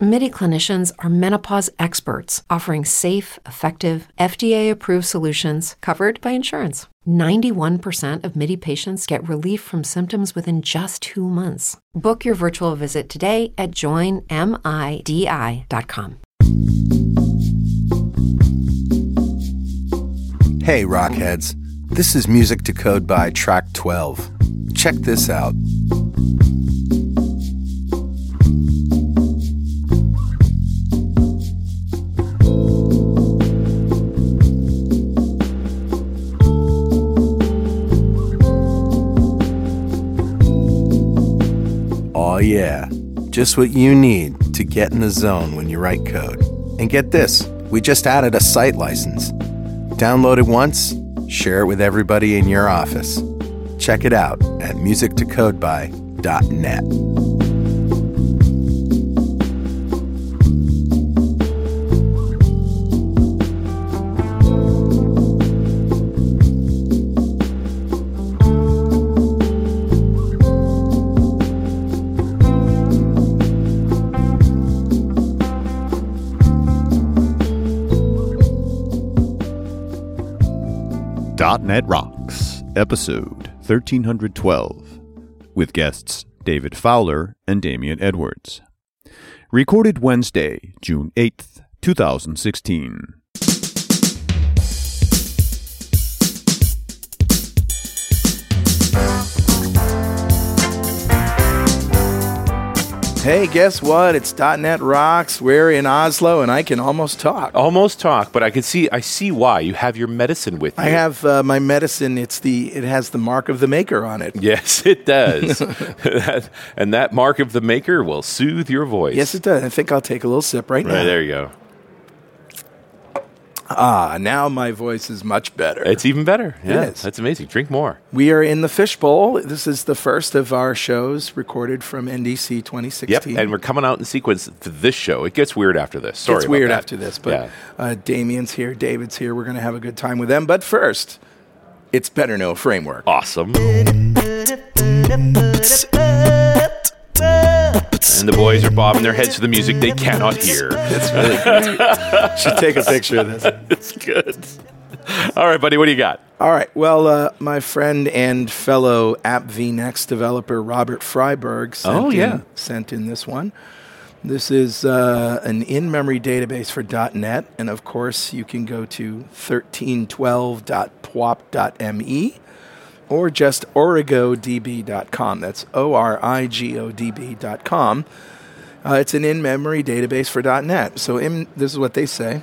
MIDI clinicians are menopause experts offering safe, effective, FDA approved solutions covered by insurance. 91% of MIDI patients get relief from symptoms within just two months. Book your virtual visit today at joinmidi.com. Hey, Rockheads. This is Music to Code by Track 12. Check this out. Oh, yeah. Just what you need to get in the zone when you write code. And get this we just added a site license. Download it once, share it with everybody in your office. Check it out at musictocodeby.net. .NET Rocks, episode 1312, with guests David Fowler and Damian Edwards. Recorded Wednesday, June 8th, 2016. Hey, guess what? It's .NET Rocks. We're in Oslo, and I can almost talk. almost talk, but I could see I see why you have your medicine with you. I have uh, my medicine. It's the it has the mark of the maker on it. Yes, it does. That- and that mark of the maker will soothe your voice. Yes, it does. I think I'll take a little sip right, Right now. there you go. Ah, now my voice is much better. It's even better. Yeah, is. that's amazing. Drink more. we are in the fishbowl. This is the first of our shows recorded from NDC 2016. Yep, and we're coming out in sequence for this show. It gets weird after this. Sorry, it's about weird that. after this, but Yeah. uh, Damien's here, David's here. We're going to have a good time with them. But first, it's Better Know Framework. awesome. And the boys are bobbing their heads to the music they cannot hear. Should take a picture of this. It's good. All right, buddy, what do you got? All right. Well, uh, my friend and fellow App Next developer Robert Freiberg sent, Oh, yeah. in, sent in this one. This is uh, an in memory database for .NET. And of course, you can go to 1312.pwop.me E or just origodb.com. That's O R I G O D B.com. Uh, it's an in memory database for .NET. So in, this is what they say.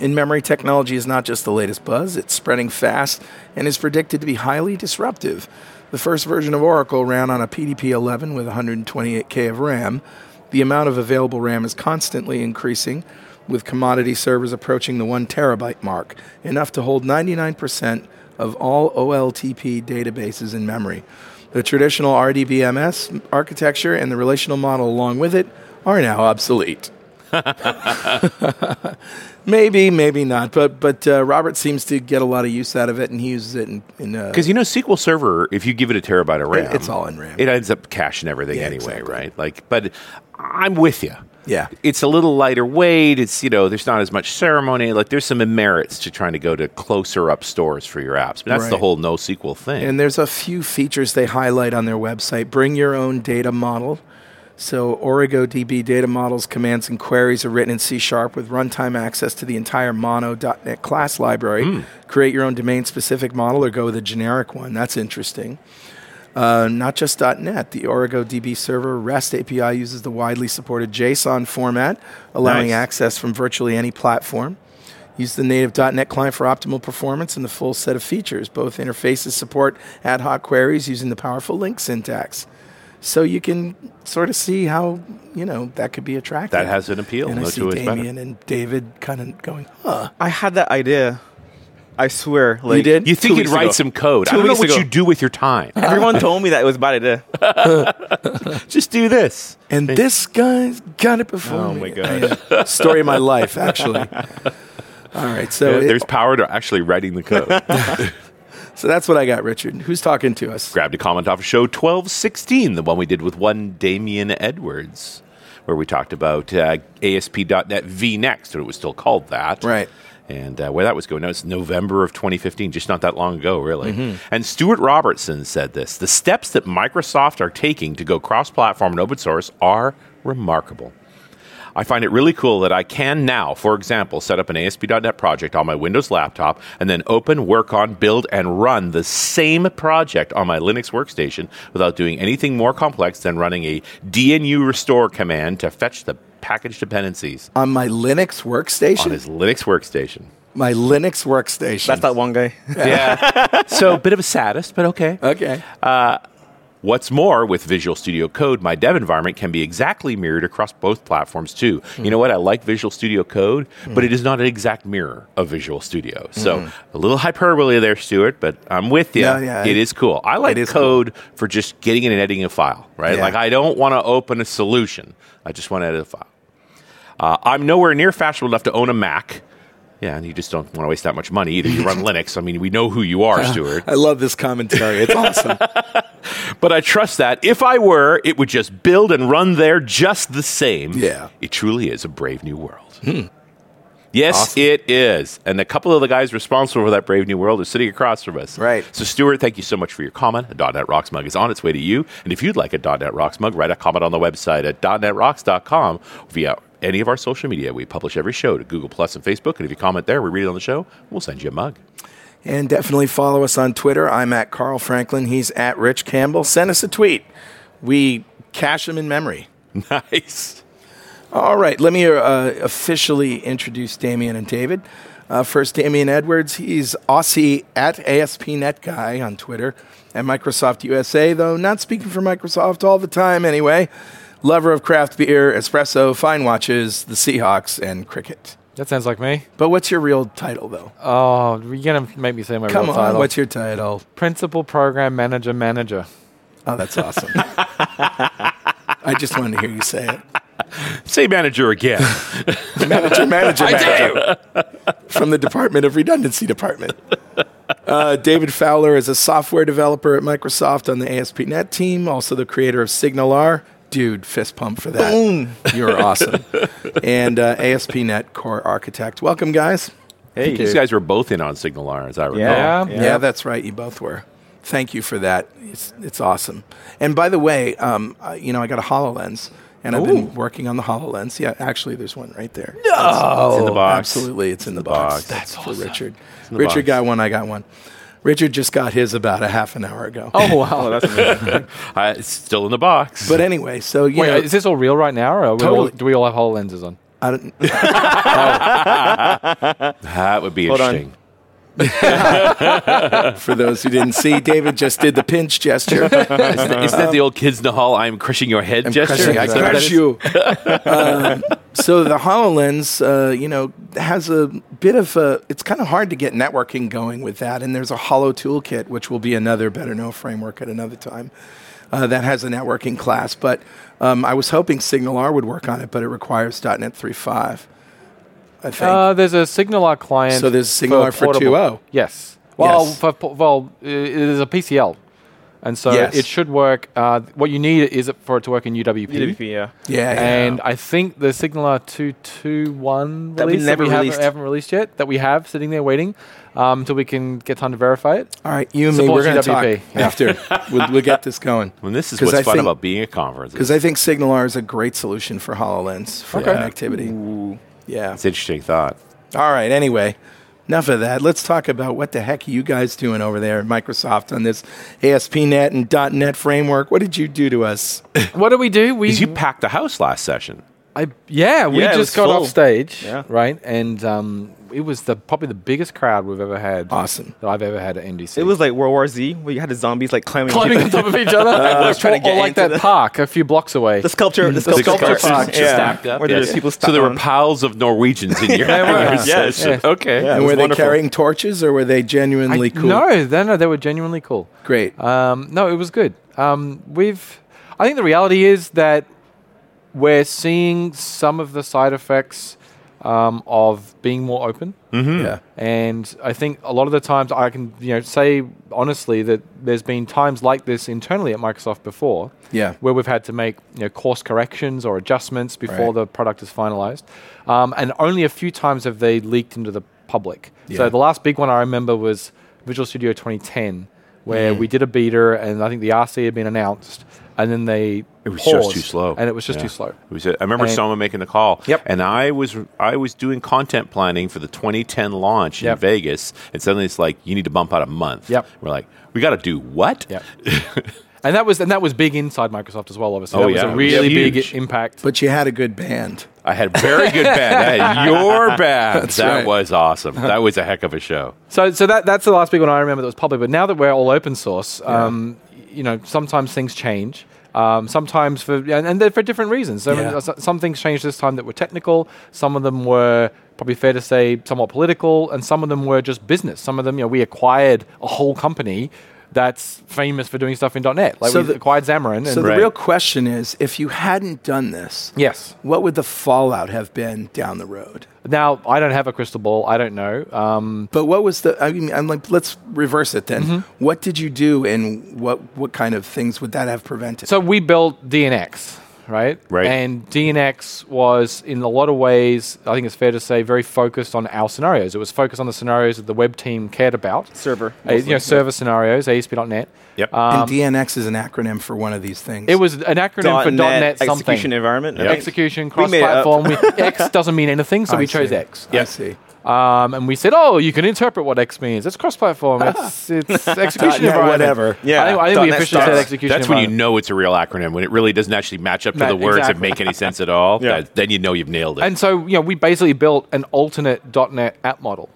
In memory technology is not just the latest buzz, it's spreading fast and is predicted to be highly disruptive. The first version of Oracle ran on a PDP 11 with 128K of RAM. The amount of available RAM is constantly increasing, with commodity servers approaching the 1 terabyte mark, enough to hold 99% of all OLTP databases in memory. The traditional RDBMS architecture and the relational model along with it are now obsolete. Maybe, maybe not. But but uh, Robert seems to get a lot of use out of it, and he uses it in, in uh, Because you know, SQL Server, if you give it a terabyte of RAM, it's all in RAM. It ends up caching everything Yeah, anyway, exactly. right? Like, but I'm with you. Yeah. it's a little lighter weight. It's you know, there's not as much ceremony. Like, there's some merits to trying to go to closer up stores for your apps. But that's the Right. whole no SQL thing. and there's a few features they highlight on their website. Bring your own data model. So OrigoDB data models, commands, and queries are written in C Sharp with runtime access to the entire mono.NET class library. Create your own domain-specific model or go with a generic one. That's interesting. Uh, not just .NET. The OrigoDB server REST API uses the widely supported JSON format, allowing Nice. access from virtually any platform. Use the native .NET client for optimal performance and the full set of features. Both interfaces support ad hoc queries using the powerful link syntax. So you can sort of see how you know that could be attractive. That has an appeal. And I No see two ways about it. Damien and David kind of going, huh? I had that idea I swear. Like, did? You two think you'd weeks write ago. some code? Two I don't know weeks what ago. you do with your time. Everyone told me that it was bad idea. Just do this. And this guy's got it before Oh me. my gosh. Yeah. Story of my life, actually. All right, so it- There's power to actually writing the code. so that's what I got, Richard. Who's talking to us? grabbed a comment off of show 1216, the one we did with one Damien Edwards, where we talked about uh, ASP.NET VNext, when it was still called that. Right. And uh, where that was going. Now, it's November of 2015, just not that long ago, really. And Stuart Robertson said this The steps that Microsoft are taking to go cross platform and open source are remarkable. I find it really cool that I can now, for example, set up an ASP.NET project on my Windows laptop and then open, work on, build, and run the same project on my Linux workstation without doing anything more complex than running a DNU restore command to fetch the package dependencies On my Linux on workstation? his Linux workstation. my Linux workstation. That's that one guy. Yeah. so a bit of a sadist, but okay. Okay. Uh, What's more, with Visual Studio Code, my dev environment can be exactly mirrored across both platforms too. You know what? I like Visual Studio Code, but it is not an exact mirror of Visual Studio. So a little hyperbole there, Stuart, but I'm with you. No, yeah, it I- is cool. I like it is code for just getting in and editing a file, right? Yeah. Like I don't want to open a solution. I just want to edit a file. Uh, I'm nowhere near fashionable enough to own a Mac. Yeah, and you just don't want to waste that much money either. You run Linux. I mean, we know who you are, Stuart. I love this commentary. It's awesome. But I trust that if I were, it would just build and run there just the same. Yeah. Hmm. It truly is a brave new world. Yes, it is. And a couple of the guys responsible for that Brave New World are sitting across from us. Right. So, Stuart, thank you so much for your comment. A .NET Rocks mug is on its way to you. And if you'd like a .NET Rocks mug, write a comment on the website at .NETRocks.com via any of our social media. We publish every show to Google Plus and Facebook. And if you comment there, we read it on the show. We'll send you a mug. and definitely follow us on Twitter. I'm at Carl Franklin. He's at Rich Campbell. Send us a tweet. We cache them in memory. Nice. All right, let me uh, officially introduce Damien and David. Uh, first, Damien Edwards. He's Aussie at ASP.NET guy on Twitter and Microsoft USA, though not speaking for Microsoft all the time anyway. Lover of craft beer, espresso, fine watches, the Seahawks, and cricket. That sounds like me. But what's your real title, though? Oh, you're gonna make me say my Come real on, title. what's your title? Principal Program Manager Manager. Oh, that's awesome. I just wanted to hear you say it. Say manager again. Manager, manager, manager. From the Department of Redundancy Department. Uh, David Fowler is a software developer at Microsoft on the ASP.NET team, also the creator of SignalR. Dude, fist pump for that. You're awesome. and uh, ASP.NET Core Architect. Welcome, guys. Hey, These guys were both in on Signal R, as I recall. Yeah. Yeah. Yeah. that's right. You both were. Thank you for that. It's, it's awesome. And by the way, um, I- you know, I got a HoloLens and I've been working on the HoloLens. Yeah, actually, there's one right there. No. It's in the box. Absolutely. It's in the box. box. That's for Richard. the Richard box. got one. I got one. Richard just got his about a half an hour ago. Oh wow. Oh, that's amazing. Uh, it's still in the box. But anyway, so you Wait, know, is this all real right now, or are we all, Totally. do we all have HoloLenses on? I don't, that would be Hold on. interesting. for those who didn't see, David just did the pinch gesture. Isn't, that- isn't that the old kids in the hall? I'm crushing your head gesture. Crushing, I Is that what crush that is? you. Um, so the Hololens, uh, you know, has a bit of a. It's kind of hard to get networking going with that, and there's a Holo Toolkit, which will be another better know framework at another time. Uh, that has a networking class, but um, I was hoping SignalR would work on it, but it requires .NET 3.5. I think. Uh, there's a SignalR client. So there's SignalR for portable- 2.0. Yes. Well, Yes. For, po- well, uh, it is a PCL, and so Yes. it should work. Uh, what you need is it for it to work in UWP. UWP, yeah. yeah, yeah. And I think the SignalR 221 That we release never that we haven't- released. haven't, released yet, that we have sitting there waiting um, until we can get time to verify it. All right, you and me, Support we're going to talk GWP, yeah. after. we'll, we'll get this going. Well, this is 'Cause what's I fun think- about being at conferences. Because I think SignalR is a great solution for HoloLens for connectivity. Yeah. it's an interesting thought. All right. Anyway, enough of that. Let's talk about what the heck are you guys doing over there at Microsoft on this ASP.NET and .NET framework. What did you do to us? What do we do? We 'Cause you packed the house last session. I yeah, we Yeah, it was just got full. off stage, Yeah. right? And um, it was the probably the biggest crowd we've ever had. Awesome. That I've ever had at NDC. It was like World War Z, where you had the zombies like climbing, on climbing people. on top of each other. I was or, trying to get or like into that the- park a few blocks away. Mm. the sculpture, the sculpture, sculptures park, just stacked up. where yes. there's people. so there were stacked piles of Norwegians in your Yes. session. Okay. Yeah. It and was were they wonderful. carrying torches or were they I- genuinely cool? No, no, no, they were genuinely cool. Great. Um, no, it was good. Um, we've, I think the reality is that we're seeing some of the side effects um, of being more open. Yeah. And I think a lot of the times I can, you know, say honestly that there's been times like this internally at Microsoft before, Yeah. where we've had to make you know course corrections or adjustments before Right. the product is finalized, um, and only a few times have they leaked into the public. Yeah. So the last big one I remember was Visual Studio 2010, where Mm. we did a beater, and I think the RC had been announced, and then they It was just too paused, slow, and it was just Yeah. too slow. It was. I remember And- Soma making the call. Yep. And I was I was doing content planning for the 2010 launch in Yep. Vegas, and suddenly it's like you need to bump out a month. Yep. We're like, we got to do what? Yep. And that was and that was big inside Microsoft as well. Obviously, Oh, that was yeah. a really Huge. big impact. But you had a good band. I had very good band. I had your band. that right. was awesome. That was a heck of a show. So, so that, that's the last big one I remember that was public. But now that we're all open source, um, you know, sometimes things change. Um, sometimes for and, and they're for different reasons. So Yeah. s- some things changed this time that were technical. Some of them were probably fair to say somewhat political, and some of them were just business. Some of them, you know, we acquired a whole company that's famous for doing stuff in .NET. Like So we the- acquired Xamarin. And So Right. the real question is if you hadn't done this, yes. what would the fallout have been down the road? Now I don't have a crystal ball. I don't know. Um, But what was the? I mean, I'm like, let's reverse it then. Mm-hmm. What did you do, and what what kind of things would that have prevented? So we built DNX, right? Right. And DNX was, in a lot of ways, I think it's fair to say, very focused on our scenarios. It was focused on the scenarios that the web team cared about. Server, Uh, you know, mostly. server scenarios, ASP.NET. Yep. and DNX is an acronym for one of these things. um, It was an acronym for .NET something. execution environment. Yep. Execution, We made it up. cross-platform. We X doesn't mean anything, so I we chose see. X. I see. Um, and we said, oh, you can interpret what X means. It's cross-platform. it's, it's execution .NET environment. whatever. Yeah, I think, I think we .NET officially said stars. execution That's when you environment. know it's a real acronym when it really doesn't actually match up to Right, the words and exactly. make any sense at all. Yeah. that- then you know you've nailed it. And so, you know, we basically built an alternate .NET app model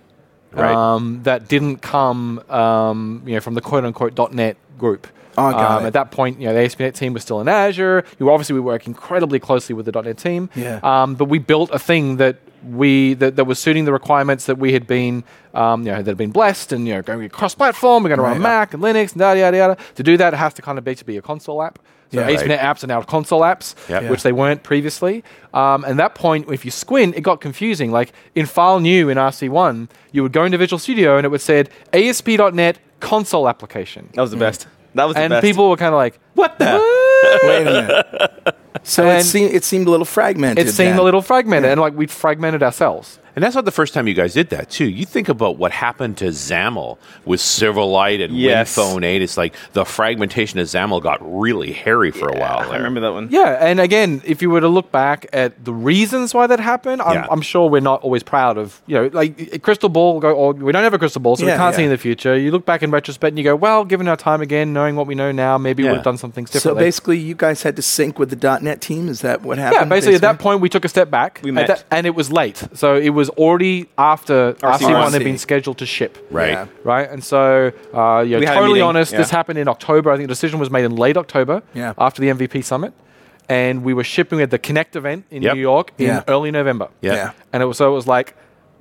Right. um, that didn't come, um, you know, from the quote-unquote .NET group. Oh, got um, it. At that point, you know, the ASP.NET team was still in Azure. You were obviously we work incredibly closely with the .NET team. Yeah. Um, but we built a thing that we that, that was suiting the requirements that we had been, um, you know, that had been blessed and you know, going to be cross-platform. We're going to run Mac and Linux and yada yada yada. To do that, it has to kind of be to be a console app. So Yeah. ASP.NET apps are now console apps, Yep. which they weren't previously. Um, and that point, if you squint, it got confusing. Like in File New in RC1, you would go into Visual Studio and it would said ASP.NET console application. That was the best. That was the And best. people were kind of like, what the? Wait a minute. So it And- seemed it seemed a little fragmented. It seemed then. a little fragmented. And like we fragmented ourselves. And that's not the first time you guys did that, too. You think about what happened to XAML with Silverlight and Yes. WinPhone 8. It's like the fragmentation of XAML got really hairy for a while Oh, I there. remember that one. Yeah, and again, if you were to look back at the reasons why that happened, I'm, Yeah. I'm sure we're not always proud of. You know, like a crystal ball. Go, or we don't have a crystal ball, so Yeah, we can't see yeah. in the future. You look back in retrospect and you go, well, given our time again, knowing what we know now, maybe Yeah. we've done some things So differently. basically, you guys had to sync with the .NET team. Is that what happened? yeah, basically at that point we took a step back. We At met. that- and it was late, so it was already after RC1 had been scheduled to ship. Right. Yeah. right? And so, uh, you We had a totally meeting, honest, this yeah. happened in October. I think the decision was made in late October Yeah. after the MVP summit. And we were shipping at the Connect event in Yep. New York in Yeah. early November. Yeah. Yeah. And it was, so it was like,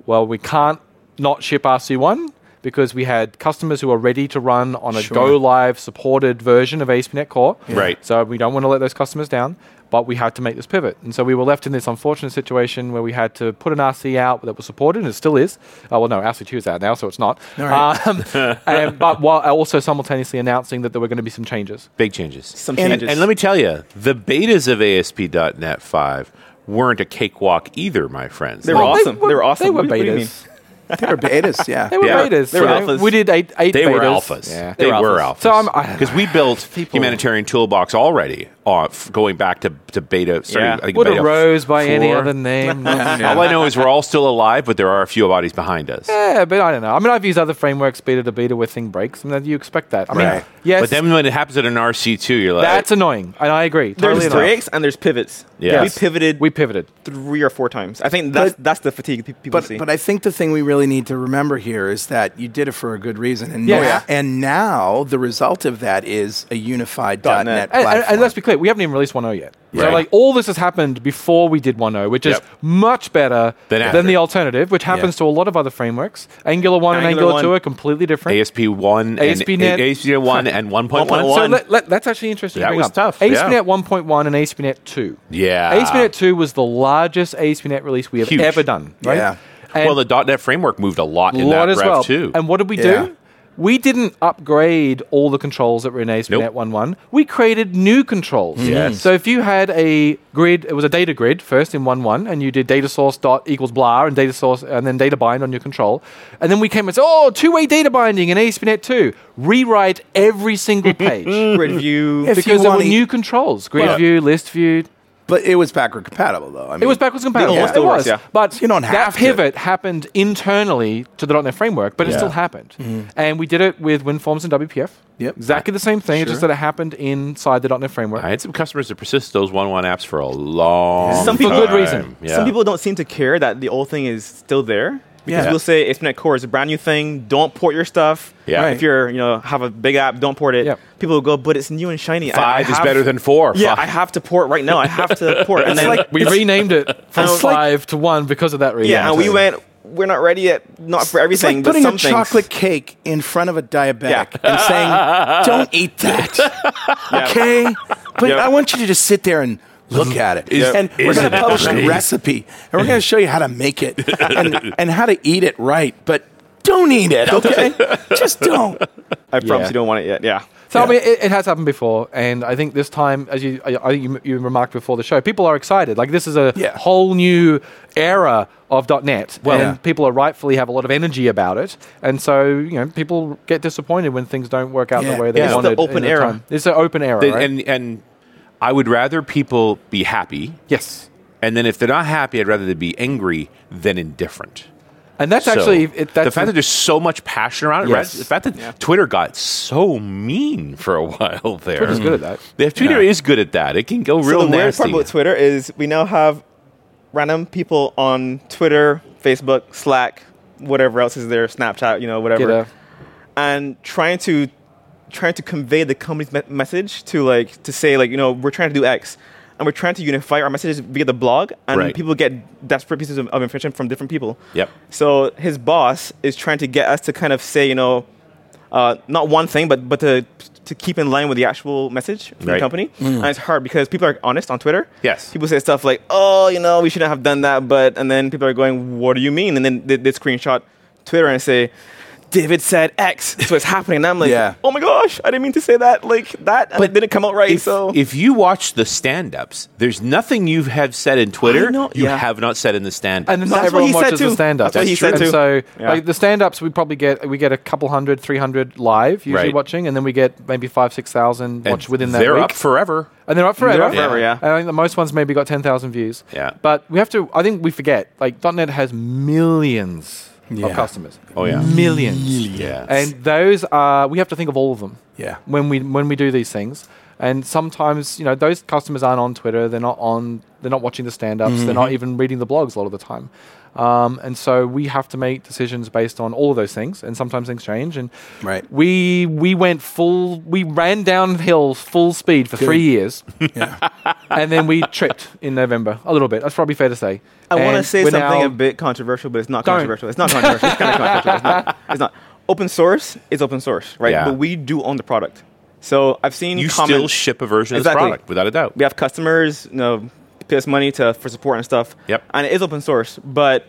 well, we can't not ship RC1 because we had customers who are ready to run on a Sure. go live supported version of ASP.NET Core. Right. So we don't want to let those customers down, but we had to make this pivot. And so we were left in this unfortunate situation where we had to put an RC out that was supported, and it still is. Oh, well, no, RC2 is out now, so it's not. Um, and, but while also simultaneously announcing that there were going to be some changes. Big changes. Some And- changes. And, let me tell you, the betas of ASP.NET 5 weren't a cakewalk either, my friends. They were Like, awesome. They were awesome. They were What- what do you mean? betas. They were betas, yeah. They were Yeah. betas. They were you know. alphas. We did eight, eight They were betas. alphas. Yeah. They, They were were alphas. alphas. So I'm- I- because we built humanitarian toolbox already, uh, f- going back to, to beta. Starting, Yeah. I think Would beta a rose by any four. other name? yeah, All I know is we're all still alive, but there are a few bodies behind us. but I don't know. I mean, I've used other frameworks, beta to beta, where thing breaks, and then you expect that. I mean, Right. yes, But then when it happens at an RC two, you're like, that's annoying, and I agree. There's totally enough. breaks and there's pivots. Yes. we pivoted. We pivoted. three or four times. I think that's But- that's the fatigue pe- people But see. but I think the thing we really need to remember here is that you did it for a good reason, and Yeah. now, Yeah. and now the result of that is a unified .NET, .NET. And, platform. and, and let's be clear, we haven't even released 1.0 yet. So, Right. like, all this has happened before we did 1.0, which Yep. is much better Than than, after. the alternative, which happens to a lot of other frameworks. Angular 1 and Angular Angular 2 1. are completely different. ASP one, ASP.NET. and, ASP one, and one point one. So let, let, that's actually interesting. to That bring was up. tough, yeah. ASPNet 1.1 and ASPNet 2. Yeah. ASPNet 2 was the largest ASPNet release we have Huge. ever done. Right? Yeah. And well, the .NET framework moved a lot in that rev too. And what did we Yeah. do? We didn't upgrade all the controls that were in ASP.NET Nope. Hmm. 1.1. We created new controls. Yes. So if you had a grid, it was a data grid first in 1.1, and you did data source dot equals blah, and data source, and then data bind on your control. And then we came and said, oh, two-way data binding in ASP.NET 2. Rewrite every single page. review. If you because there were wanna- new controls. Grid e Well- view, list view, but it was backward compatible, though. I mean, it was backwards compatible. Yeah. Yes, it Still was. works, yeah. But You don't that have to. pivot happened internally to the .NET framework, but it still happened. Mm-hmm. And we did it with WinForms and WPF. Yep. Exactly the same thing, it's just that it happened inside the .NET framework. I had some customers that persist those one one apps for a long Some time. people- For good reason. Yeah. Some people don't seem to care that the old thing is still there because Yeah. we'll say ASP.NET Core is a brand new thing. Don't port your stuff. Yeah. Right. If you're you know have a big app, don't port it. Yep. People will go, but it's new and shiny. I- I five is have- better than four. Yeah, Five- I have to port right now. I have to port. And then we renamed it from It's like- five to one because of that reason. yeah, and we went. We're not ready yet. Not for It's everything, like but putting some a things. chocolate cake in front of a diabetic and saying, "Don't eat that," okay? But Yeah. I want you to just sit there and look at it, Is- and we're is going to it publish a great? recipe, and we're going to show you how to make it and, and how to eat it right, but. Don't eat it, okay? Just don't. I promise you don't want it yet. Yeah. So I mean, it, it has happened before, and I think this time, as you, I, I think you, you remarked before the show, people are excited. Like this is a Yeah. whole new era of .NET, Well- and Yeah. people are rightfully have a lot of energy about it, and so you know people get disappointed when things don't work out Yeah. the way they Yeah. It's the wanted. open in era. time. It's an open era, They- right? And and I would rather people be happy, yes. and then if they're not happy, I'd rather they be angry than indifferent. And that's So, actually it, that's the fact that there's so much passion around it. right? Yes. The fact that Twitter got so mean for a while there. Twitter's good at that. Yeah, Twitter is good at that. It can go real so the weird nasty. part about Twitter is we now have random people on Twitter, Facebook, Slack, whatever else is there, Snapchat, you know, Get whatever, a- and trying to trying to convey the company's me- message to like to say like you know we're trying to do X. And we're trying to unify our messages via the blog, and Right. people get desperate pieces of, of information from different people. Yep. So his boss is trying to get us to kind of say, you know, uh, not one thing, but but to to keep in line with the actual message from the Right. company. And it's hard because people are honest on Twitter. Mm. Yes. People say stuff like, "Oh, you know, we shouldn't have done that," but and then people are going, "What do you mean?" And then they, they screenshot Twitter and say. David said X, so it's happening. And I'm like, Yeah. oh my gosh, I didn't mean to say that like that, and But it didn't come out right. if, so if you watch the stand-ups, there's nothing you have said in Twitter I know, you yeah. have not said in the stand-up. and not That's what everyone he said watches the too. stand up. That's what he said too. So Yeah. like the stand ups we probably get we get a couple hundred, three hundred live usually Right. watching, and then we get maybe five, six And thousand watch within that they're week. up forever. and they're up forever. They're up forever, Yeah. yeah. And I think the most ones maybe got ten thousand views. Yeah. But we have to I think we forget, like .NET has millions of customers. Oh, yeah. Millions. Yes. And those are we have to think of all of them. Yeah. When we when we do these things. And sometimes, you know, those customers aren't on Twitter, they're not on they're not watching the stand ups, they're not even reading the blogs a lot of the time. Um, and so we have to make decisions based on all of those things and sometimes things change and Right. we we went full we ran downhill full speed for three years and then we tripped in November a little bit. That's probably fair to say. I want to And say we're something now- a bit controversial, but it's not Don't. controversial. It's not controversial. it's kind of controversial. It's not, it's not. Open source is open source, right? Yeah. But we do own the product. So I've seen you comments. still ship a version Exactly. of this product, without a doubt. we have customers, you know, pay us money to for support and stuff. Yep. And it is open source, but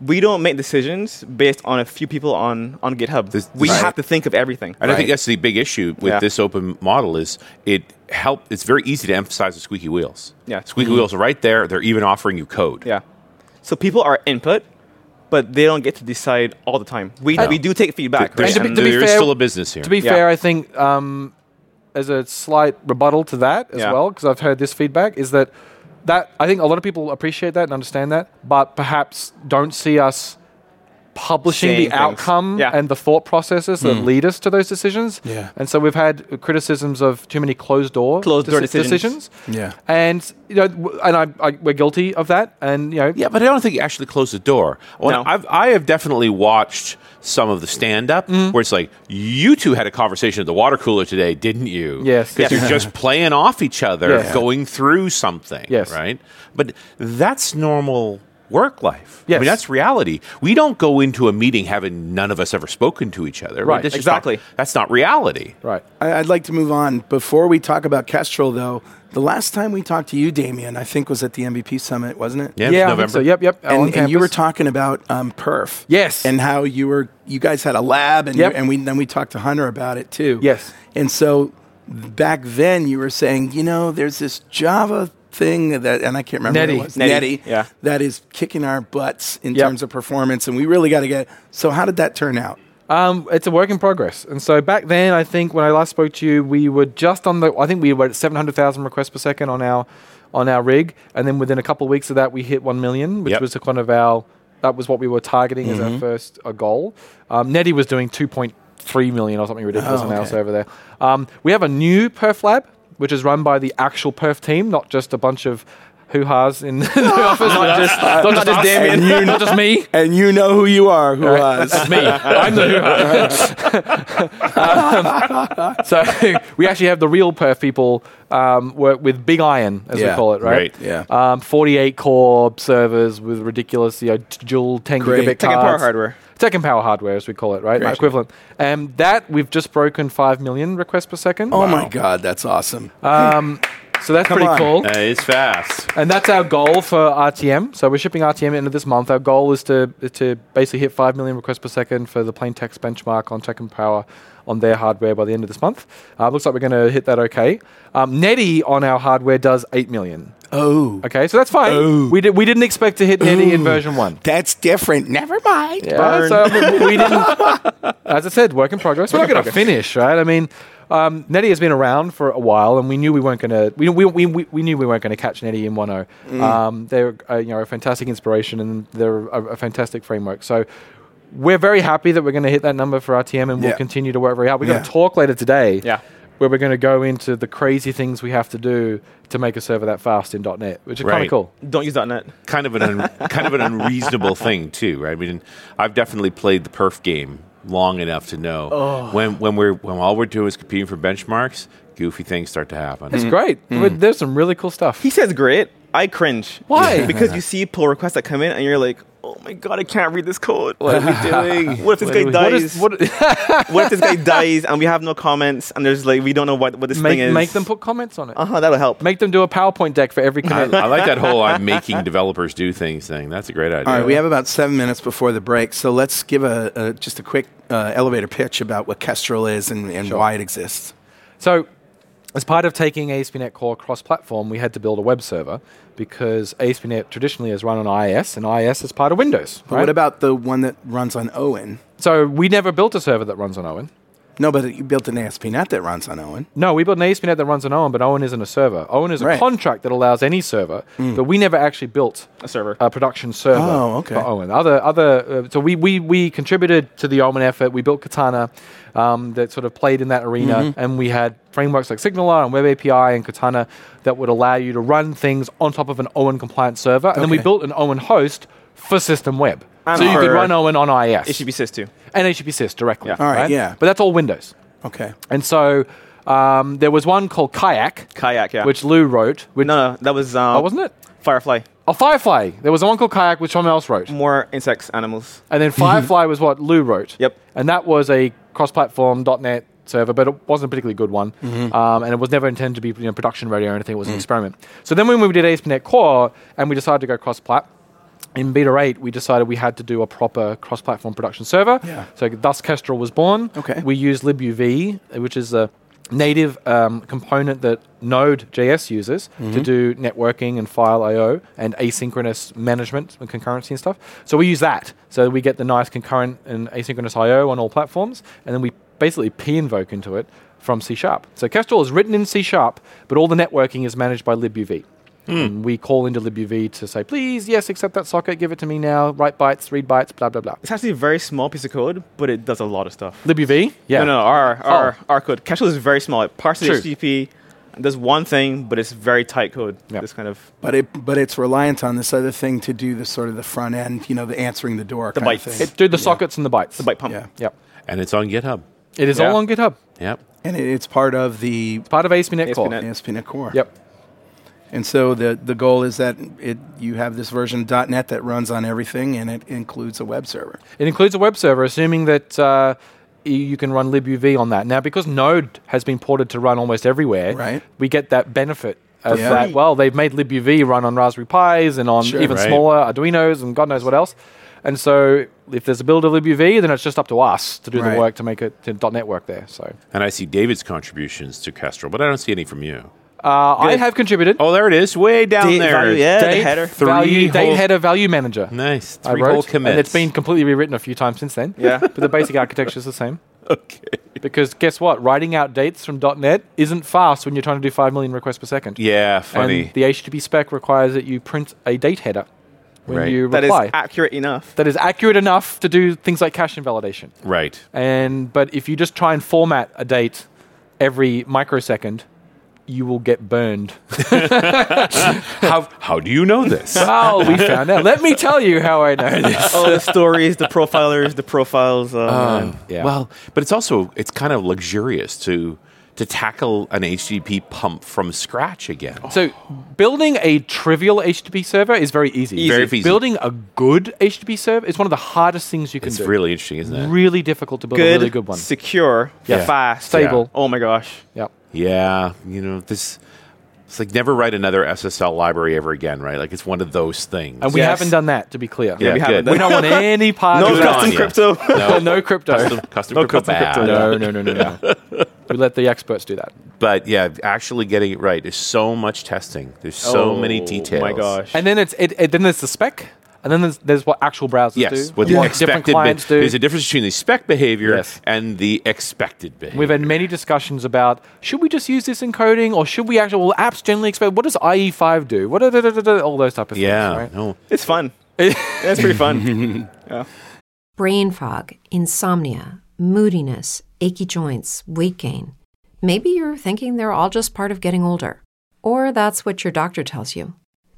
we don't make decisions based on a few people on on GitHub. This- we Right. have to think of everything. And I think Right. that's the big issue with Yeah. this open model is it help. It's very easy to emphasize the squeaky wheels. Yeah. Mm-hmm. squeaky wheels are right there. They're even offering you code. Yeah. So people are input, but they don't get to decide all the time. We, we do take feedback. There's, Right? to be- and to be there is fair- still a business here. To be Yeah. fair, I think um, as a slight rebuttal to that as Yeah. well, because I've heard this feedback, is that that I think a lot of people appreciate that and understand that, but perhaps don't see us publishing Saying the things. outcome Yeah. and the thought processes that lead us to those decisions. Yeah. And so we've had criticisms of too many closed door Closed-door deci- decisions. Yeah. And you know, w- and I, I we're guilty of that. And you know, Yeah, but I don't think you actually close the door. When No. I've, I have definitely watched some of the stand up where it's like, you two had a conversation at the water cooler today, didn't you? Yes. Because Yes. you're just playing off each other, Yes. going through something. Yes. Right? But that's normal work life. I Yes. mean, that's reality. We don't go into a meeting having none of us ever spoken to each other. Right, That's just exactly. not- that's not reality. right. I- I'd like to move on. Before we talk about Kestrel, though, the last time we talked to you, Damien, I think was at the MVP Summit, wasn't it? Yeah, yeah, I November. think so. Yep, yep. on And, and you campus. were talking about um, perf, Yes. and how you were you guys had a lab, and Yep. you, and we then we talked to Hunter about it too, Yes. And so back then you were saying, you know, there's this Java thing that, and I can't remember Netty. what it was, Netty, Netty, yeah. that is kicking our butts in Yep. terms of performance, and we really got to get. So how did that turn out? Um, it's a work in progress. And so back then, I think when I last spoke to you, we were just on the. I think we were at seven hundred thousand requests per second on our on our rig, and then within a couple of weeks of that, we hit one million, which Yep. was a kind of our. That was what we were targeting as our Mm-hmm. first uh, goal. Um, Netty was doing two point three million or something ridiculous Oh, on our okay. server there. Um, we have a new perf lab, which is run by the actual perf team, not just a bunch of hoo-has in the office, not just not, just, us. Damien, And you- not just me. And you know who you are, who Right. was. That's me. I'm the Um, so we actually have the real Perth people um, work with Big Iron, as Yeah, we call it, right, right? yeah. Um, 48 core servers with ridiculous, you know, d- dual 10 Great. gigabit Tekken Power cards. Hardware. Tekken Power Hardware, as we call it, right? My Great. equivalent. And that we've just broken 5 million requests per second. Oh my God, that's awesome. Uh, So that's Come pretty on. cool. Uh, it's fast. And that's our goal for RTM. So we're shipping RTM into this month. Our goal is to to basically hit five million requests per second for the plain text benchmark on Tekken Power on their hardware by the end of this month. Uh, looks like we're going to hit that. Okay. Um, Netty on our hardware does eight million. oh, Okay, so that's fine. We did, we didn't expect to hit Netty in version one. that's different. Never mind. Yeah, so um, we- we didn't. As I said, work in progress. We're not going to finish, right? I mean, um, Netty has been around for a while, and we knew we weren't going to. We, we, we, we we knew we weren't going to catch Netty in 1.0. Um, they're uh, you know a fantastic inspiration, and they're a, a fantastic framework. So. We're very happy that we're going to hit that number for RTM, and we'll Yeah. continue to work very hard. We're going Yeah. to talk later today, Yeah. where we're going to go into the crazy things we have to do to make a server that fast in .NET, which is kind Right. of cool. Don't use .NET. kind of an un, kind of an unreasonable thing too, right? I mean, I've definitely played the perf game long enough to know Oh. when when we're when all we're doing is competing for benchmarks, goofy things start to happen. It's great. There's some really cool stuff. He says great. I cringe. Why? Because you see pull requests that come in and you're like, oh my god, I can't read this code. What are we doing? What if this guy What dies? is- what- what if this guy dies and we have no comments and there's like we don't know what, what this make, thing is? make them put comments on it. Uh huh. That'll help. Make them do a PowerPoint deck for every I, commit. I like that whole "I'm making developers do things" thing. That's a great idea. All right, we have about seven minutes before the break, so let's give a, a just a quick uh, elevator pitch about what Kestrel is and, and why it exists. so, as part of taking ASP.NET E Core cross-platform, we had to build a web server because ASP.NET E traditionally is run on IIS, and IIS is part of Windows. But right? what about the one that runs on Owen? so we never built a server that runs on Owen. No, but you built an ASP.NET that runs on Owen. No, we built an E ASP.NET that runs on Owen, but Owen isn't a server. Owen is a Right. Mm. contract that allows any server, but we never actually built A server. a production server Oh, okay. for Owen. Other, other, uh, so we, we, we contributed to the Owen effort. We built Katana um, that sort of played in that arena, Mm-hmm. and we had frameworks like Signaler and WebAPI and Katana that would allow you to run things on top of an Owen compliant server. And then we Okay. built an Owen host for System Web. And so you could for run Owen on IIS. It should be sys too. and HTTP sys directly. Yeah. All right, yeah. But that's all Windows. Okay. And so um, there was one called Kayak, Kayak. Yeah. which Lou wrote. Which, No, no, that was. Um, Oh, wasn't it? Firefly. Oh, Firefly. There was one called Kayak, which someone else wrote. More insects, animals. And then Firefly was what Lou wrote. Yep. And that was a cross-platform .NET server, but it wasn't a particularly good one, Mm-hmm. um, and it was never intended to be you know, production ready or anything. It was Mm. an experiment. So then when we did ASP.NET Core and we decided to go cross-plat. In beta 8, we decided we had to do a proper cross platform production server. Yeah. So, thus Kestrel was born. Okay. We used libuv, uh, which is a native um, component that Node.js uses Mm-hmm. to do networking and file I/O and asynchronous management and concurrency and stuff. So we use that. So we get the nice concurrent and asynchronous I/O on all platforms, and then we basically p-invoke into it from C Sharp. So Kestrel is written in C Sharp, but all the networking is managed by libuv. Hmm. And we call into libuv to say, please, yes, accept that socket, give it to me now, write bytes, read bytes, blah blah blah. It's actually a very small piece of code, but it does a lot of stuff. Libuv, yeah, Oh. No, no, our our, our code. Cashel is very small. It parses True. HTTP. Does one thing, but it's very tight code. Yeah. This kind of But it but it's reliant on this other thing to do the sort of the front end, you know, the answering the door the kind bytes. of thing. It, do the sockets and the bytes. The byte pump. yeah, Yep. And it's on GitHub. It is Yeah. all on GitHub. Yep. and it, it's part of the Part of ASP.NET Core. ASP.NET. ASP.NET Core. Yep. And so the the goal is that it you have this version of .NET that runs on everything, and it includes a web server. It includes a web server, assuming that uh, y- you can run libuv on that. Now, because Node has been ported to run almost everywhere, Right. we get that benefit of Yeah. that. Well, they've made libuv run on Raspberry Pis and on even Right. smaller Arduinos and God knows what else. And so, if there's a build of libuv, then it's just up to us to do Right. the work to make it to .NET work there. So, And I see David's contributions to Kestrel, but I don't see any from you. uh, I have contributed. Oh, there it is, way down Da- there. value, yeah. the header. Three value, whole- date header value manager. Nice. I Three whole wrote, and commits. it's been completely rewritten a few times since then. Yeah. but the basic architecture is the same. okay. Because guess what? Writing out dates from .NET isn't fast when you're trying to do 5 million requests per second. Yeah, funny. And the HTTP spec requires that you print a date header when Right. you That is reply. accurate enough. that is accurate enough to do things like cache invalidation. right. And but if you just try and format a date every microsecond, you will get burned. How how do you know this? oh, we found out. Let me tell you how I know this. All the stories, the profilers, the profiles. Oh, man. Yeah. Well, but it's also it's kind of luxurious to to tackle an HTTP pump from scratch again. So building a trivial HTTP server is very easy. Very easy. Building a good HTTP server is one of the hardest things you can it's do. really interesting, isn't it? really difficult to build a good, really good one. secure, Yeah. fast, Stable. Oh my gosh. Yeah. yeah, you know this. It's like never write another SSL library ever again, right? Like it's one of those things. And we Yes. haven't done that, to be clear. yeah, we haven't good. done We don't want any part No of custom that. custom yeah. crypto. No, no crypto. Custom, custom No crypto custom bad. crypto, No, no, no, no, no. we let the experts do that. But yeah, actually getting it right. There's so much testing. There's so many Oh, details. my gosh. And then it's it, it then there's the spec, and then there's, there's what actual browsers Yes, do, what and the what different expected. clients be- do. There's a difference between the spec behavior Yes. and the expected behavior. We've had many discussions about should we just use this encoding or should we actually well apps generally expect what does IE5 do? What are da, da, da, da, all those type of yeah, things, right? no, It's fun. It's pretty fun. brain fog, insomnia, moodiness, achy joints, weight gain. Maybe you're thinking they're all just part of getting older, or that's what your doctor tells you.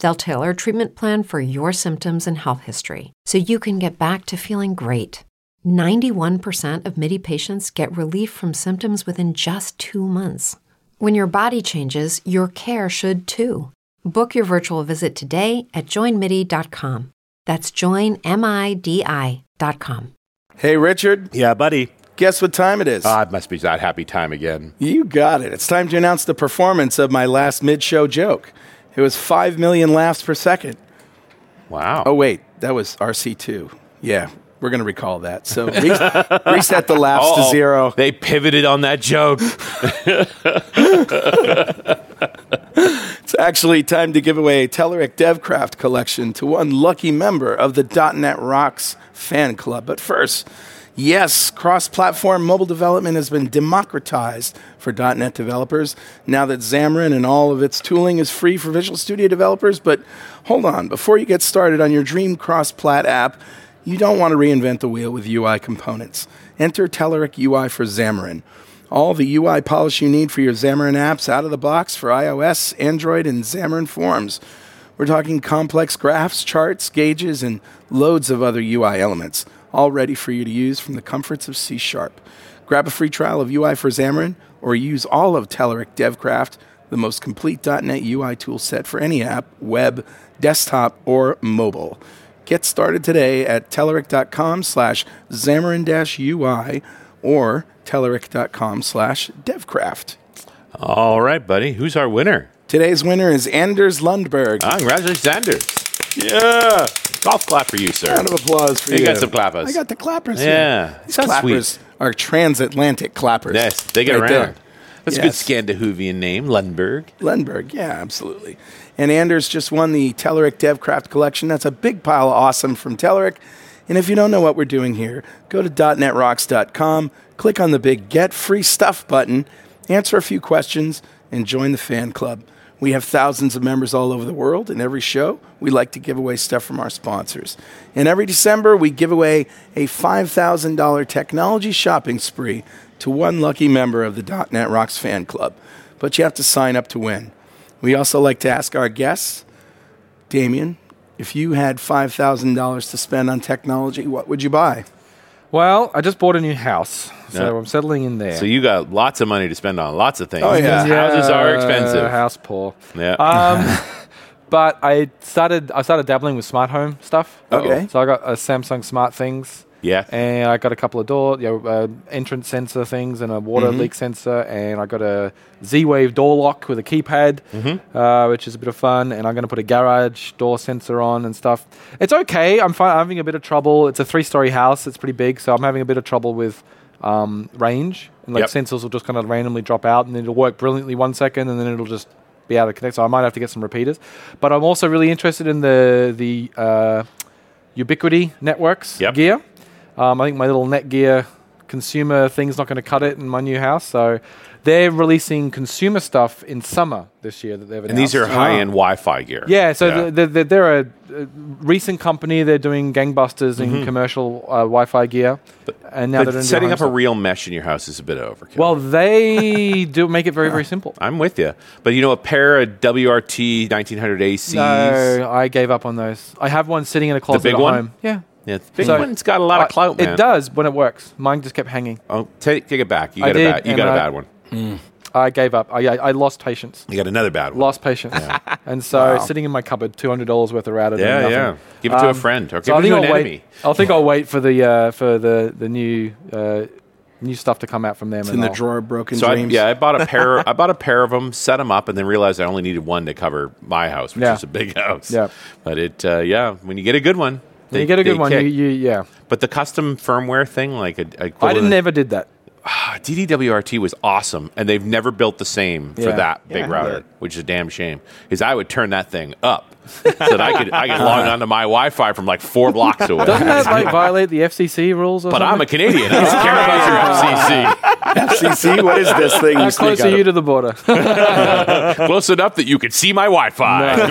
They'll tailor a treatment plan for your symptoms and health history so you can get back to feeling great. 91% of MIDI patients get relief from symptoms within just two months. When your body changes, your care should too. Book your virtual visit today at joinmidi.com. That's joinmidi.com. Hey, Richard, yeah, buddy. guess what time it is? Ah, it must be that happy time again. You got it. It's time to announce the performance of my last mid show joke. It was 5 million laughs per second. Wow. Oh, wait, that was RC2. Yeah, we're going to recall that. So re- reset the laughs to Uh-oh. zero. They pivoted on that joke. It's actually time to give away a Telerik DevCraft collection to one lucky member of the .NET Rocks fan club. But first, yes, cross-platform mobile development has been democratized for .NET developers now that Xamarin and all of its tooling is free for Visual Studio developers. But hold on, before you get started on your dream cross-plat app, you don't want to reinvent the wheel with UI components. Enter Telerik UI for Xamarin. All the UI polish you need for your Xamarin apps out of the box for iOS, Android, and Xamarin Forms. We're talking complex graphs, charts, gauges, and loads of other UI elements, all ready for you to use from the comforts of C Sharp. Grab a free trial of UI for Xamarin or use all of Telerik DevCraft, the most complete .NET UI tool set for any app, web, desktop, or mobile. Get started today at telerik.com slash Xamarin-UI or telerik.com slash devcraft. All right, buddy. Who's our winner? Today's winner is Anders Lundberg. Ah, congratulations, Anders. Yeah. Golf clap for you, sir. Round of applause for you. You got some clappers. I got the clappers. Yeah. Here. These Sounds clappers sweet. are transatlantic clappers. Yes, they get Right there. around. That's Yes. a good Scandahuvian name, Lundberg. Lundberg, yeah, absolutely. And Anders just won the Telerik DevCraft collection. That's a big pile of awesome from Telerik. And if you don't know what we're doing here, go to .netrocks.com, click on the big Get Free Stuff button, answer a few questions, and join the fan club. We have thousands of members all over the world, and every show we like to give away stuff from our sponsors. And every December we give away a $5,000 technology shopping spree to one lucky member of the .NET Rocks fan club but you have to sign up to win. We also like to ask our guests, Damien, if you had $5,000 to spend on technology, what would you buy? Well, I just bought a new house, so Yeah. I'm settling in there. So you got lots of money to spend on lots of things. Oh, yeah. because Houses are Yeah, expensive. House poor. yeah. Um, but I started I started dabbling with smart home stuff. Okay. So I got a Samsung Smart Things. Yeah. And I got a couple of door, you know, uh, entrance sensor things and a water Mm-hmm. leak sensor, and I got a Z-Wave door lock with a keypad, Mm-hmm. uh, which is a bit of fun. And I'm going to put a garage door sensor on and stuff. It's okay. I'm, fi- I'm having a bit of trouble. It's a three-story house. It's pretty big, so I'm having a bit of trouble with um, range. And like Yep. sensors will just kind of randomly drop out, and it'll work brilliantly one second, and then it'll just be out of connect. So I might have to get some repeaters. But I'm also really interested in the the uh, Ubiquity Networks Yep. gear. Um, I think my little Netgear consumer thing's not going to cut it in my new house. So they're releasing consumer stuff in summer this year that they've announced. and these are high end Wi Fi gear. Yeah, so The, the, they're a, a recent company. They're doing gangbusters in commercial uh, Wi-Fi gear, and now Mm-hmm. But they're doing setting home up a stuff. real mesh in your house is a bit of overkill. well, they do make it very very simple. I'm with you. But you know, a pair of WRT 1900 ACs. No, I gave up on those. I have one sitting in a closet big at one? home. Yeah, Yeah, the big So- one's got a lot I- of clout, man. It does when it works. Mine just kept hanging. Oh, take, take it back. You I got, did, a, bad, you and got a I- bad one. I gave up. I, I, I lost patience. You got another bad one. Lost patience. And so it's sitting in my cupboard, two hundred dollars worth of router. doing yeah, nothing. yeah. Give it to a Um, friend or So give I it think to an I'll enemy. wait. I think I'll wait for the uh, for the the new uh, new stuff to come out from them. It's and in the I'll- drawer of broken So I, dreams. yeah, I bought a pair. I bought a pair of them, set them up, and then realized I only needed one to cover my house, which Yeah. is a big house. Yeah. But it, uh, yeah, when you get a good one, When they, you get a they good one. You, kick. you, yeah. but the custom firmware thing, like a, a I didn't never did that. DDWRT was awesome, and they've never built the same for Yeah. that big router, which is a damn shame. Because I would turn that thing up so that I could I could log onto my Wi-Fi from like four blocks away. Doesn't that like violate the FCC rules? Or but I'm a something? Canadian. I don't care about your FCC. FCC, what is this thing How close are you to the border? Close enough that you could see my Wi-Fi.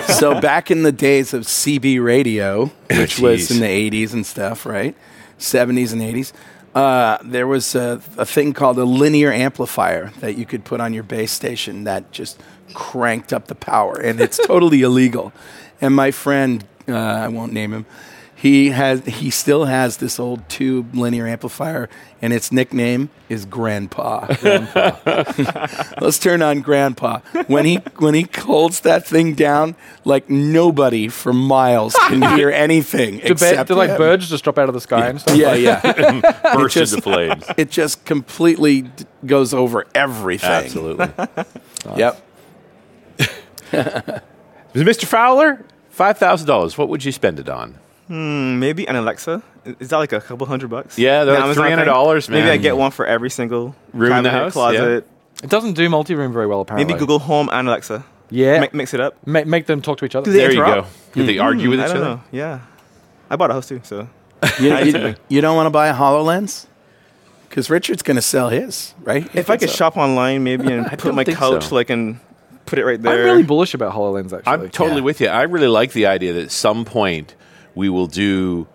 so back in the days of CB radio, which was Jeez. in the 80s and stuff, right? 70s and 80s. Uh, there was a, a thing called a linear amplifier that you could put on your base station that just cranked up the power, and it's totally illegal. And my friend, uh, I won't name him, he has he still has this old tube linear amplifier, and its nickname is Grandpa. Let's turn on Grandpa. When he when he holds that thing down, like nobody for miles can hear anything Do, ba- except do like him. birds just drop out of the sky and stuff? Yeah, yeah. Burst into flames. it just completely d- goes over everything. Absolutely. Yep. Mr. Fowler, five thousand dollars. What would you spend it on? Maybe an Alexa. I- Is that like a couple hundred bucks? Yeah, they're An like Amazon thing? $300, man. Maybe I get one for every single Room in the cabinet, house, closet. It doesn't do multi-room very well apparently. Maybe Google Home and Alexa. Yeah. Mi- mix it up. Ma- make them talk to each other. Do they- There you go. interrupt? Did they argue with each I don't other? know. Yeah, I bought a house too, so You, you- you don't want to buy a Hololens because Richard's going to sell his, right? if I could So- shop online maybe and put don't my think couch so. like and put it right I'm there. really bullish about Hololens actually. I'm totally with you. I really like the idea that at some point we will do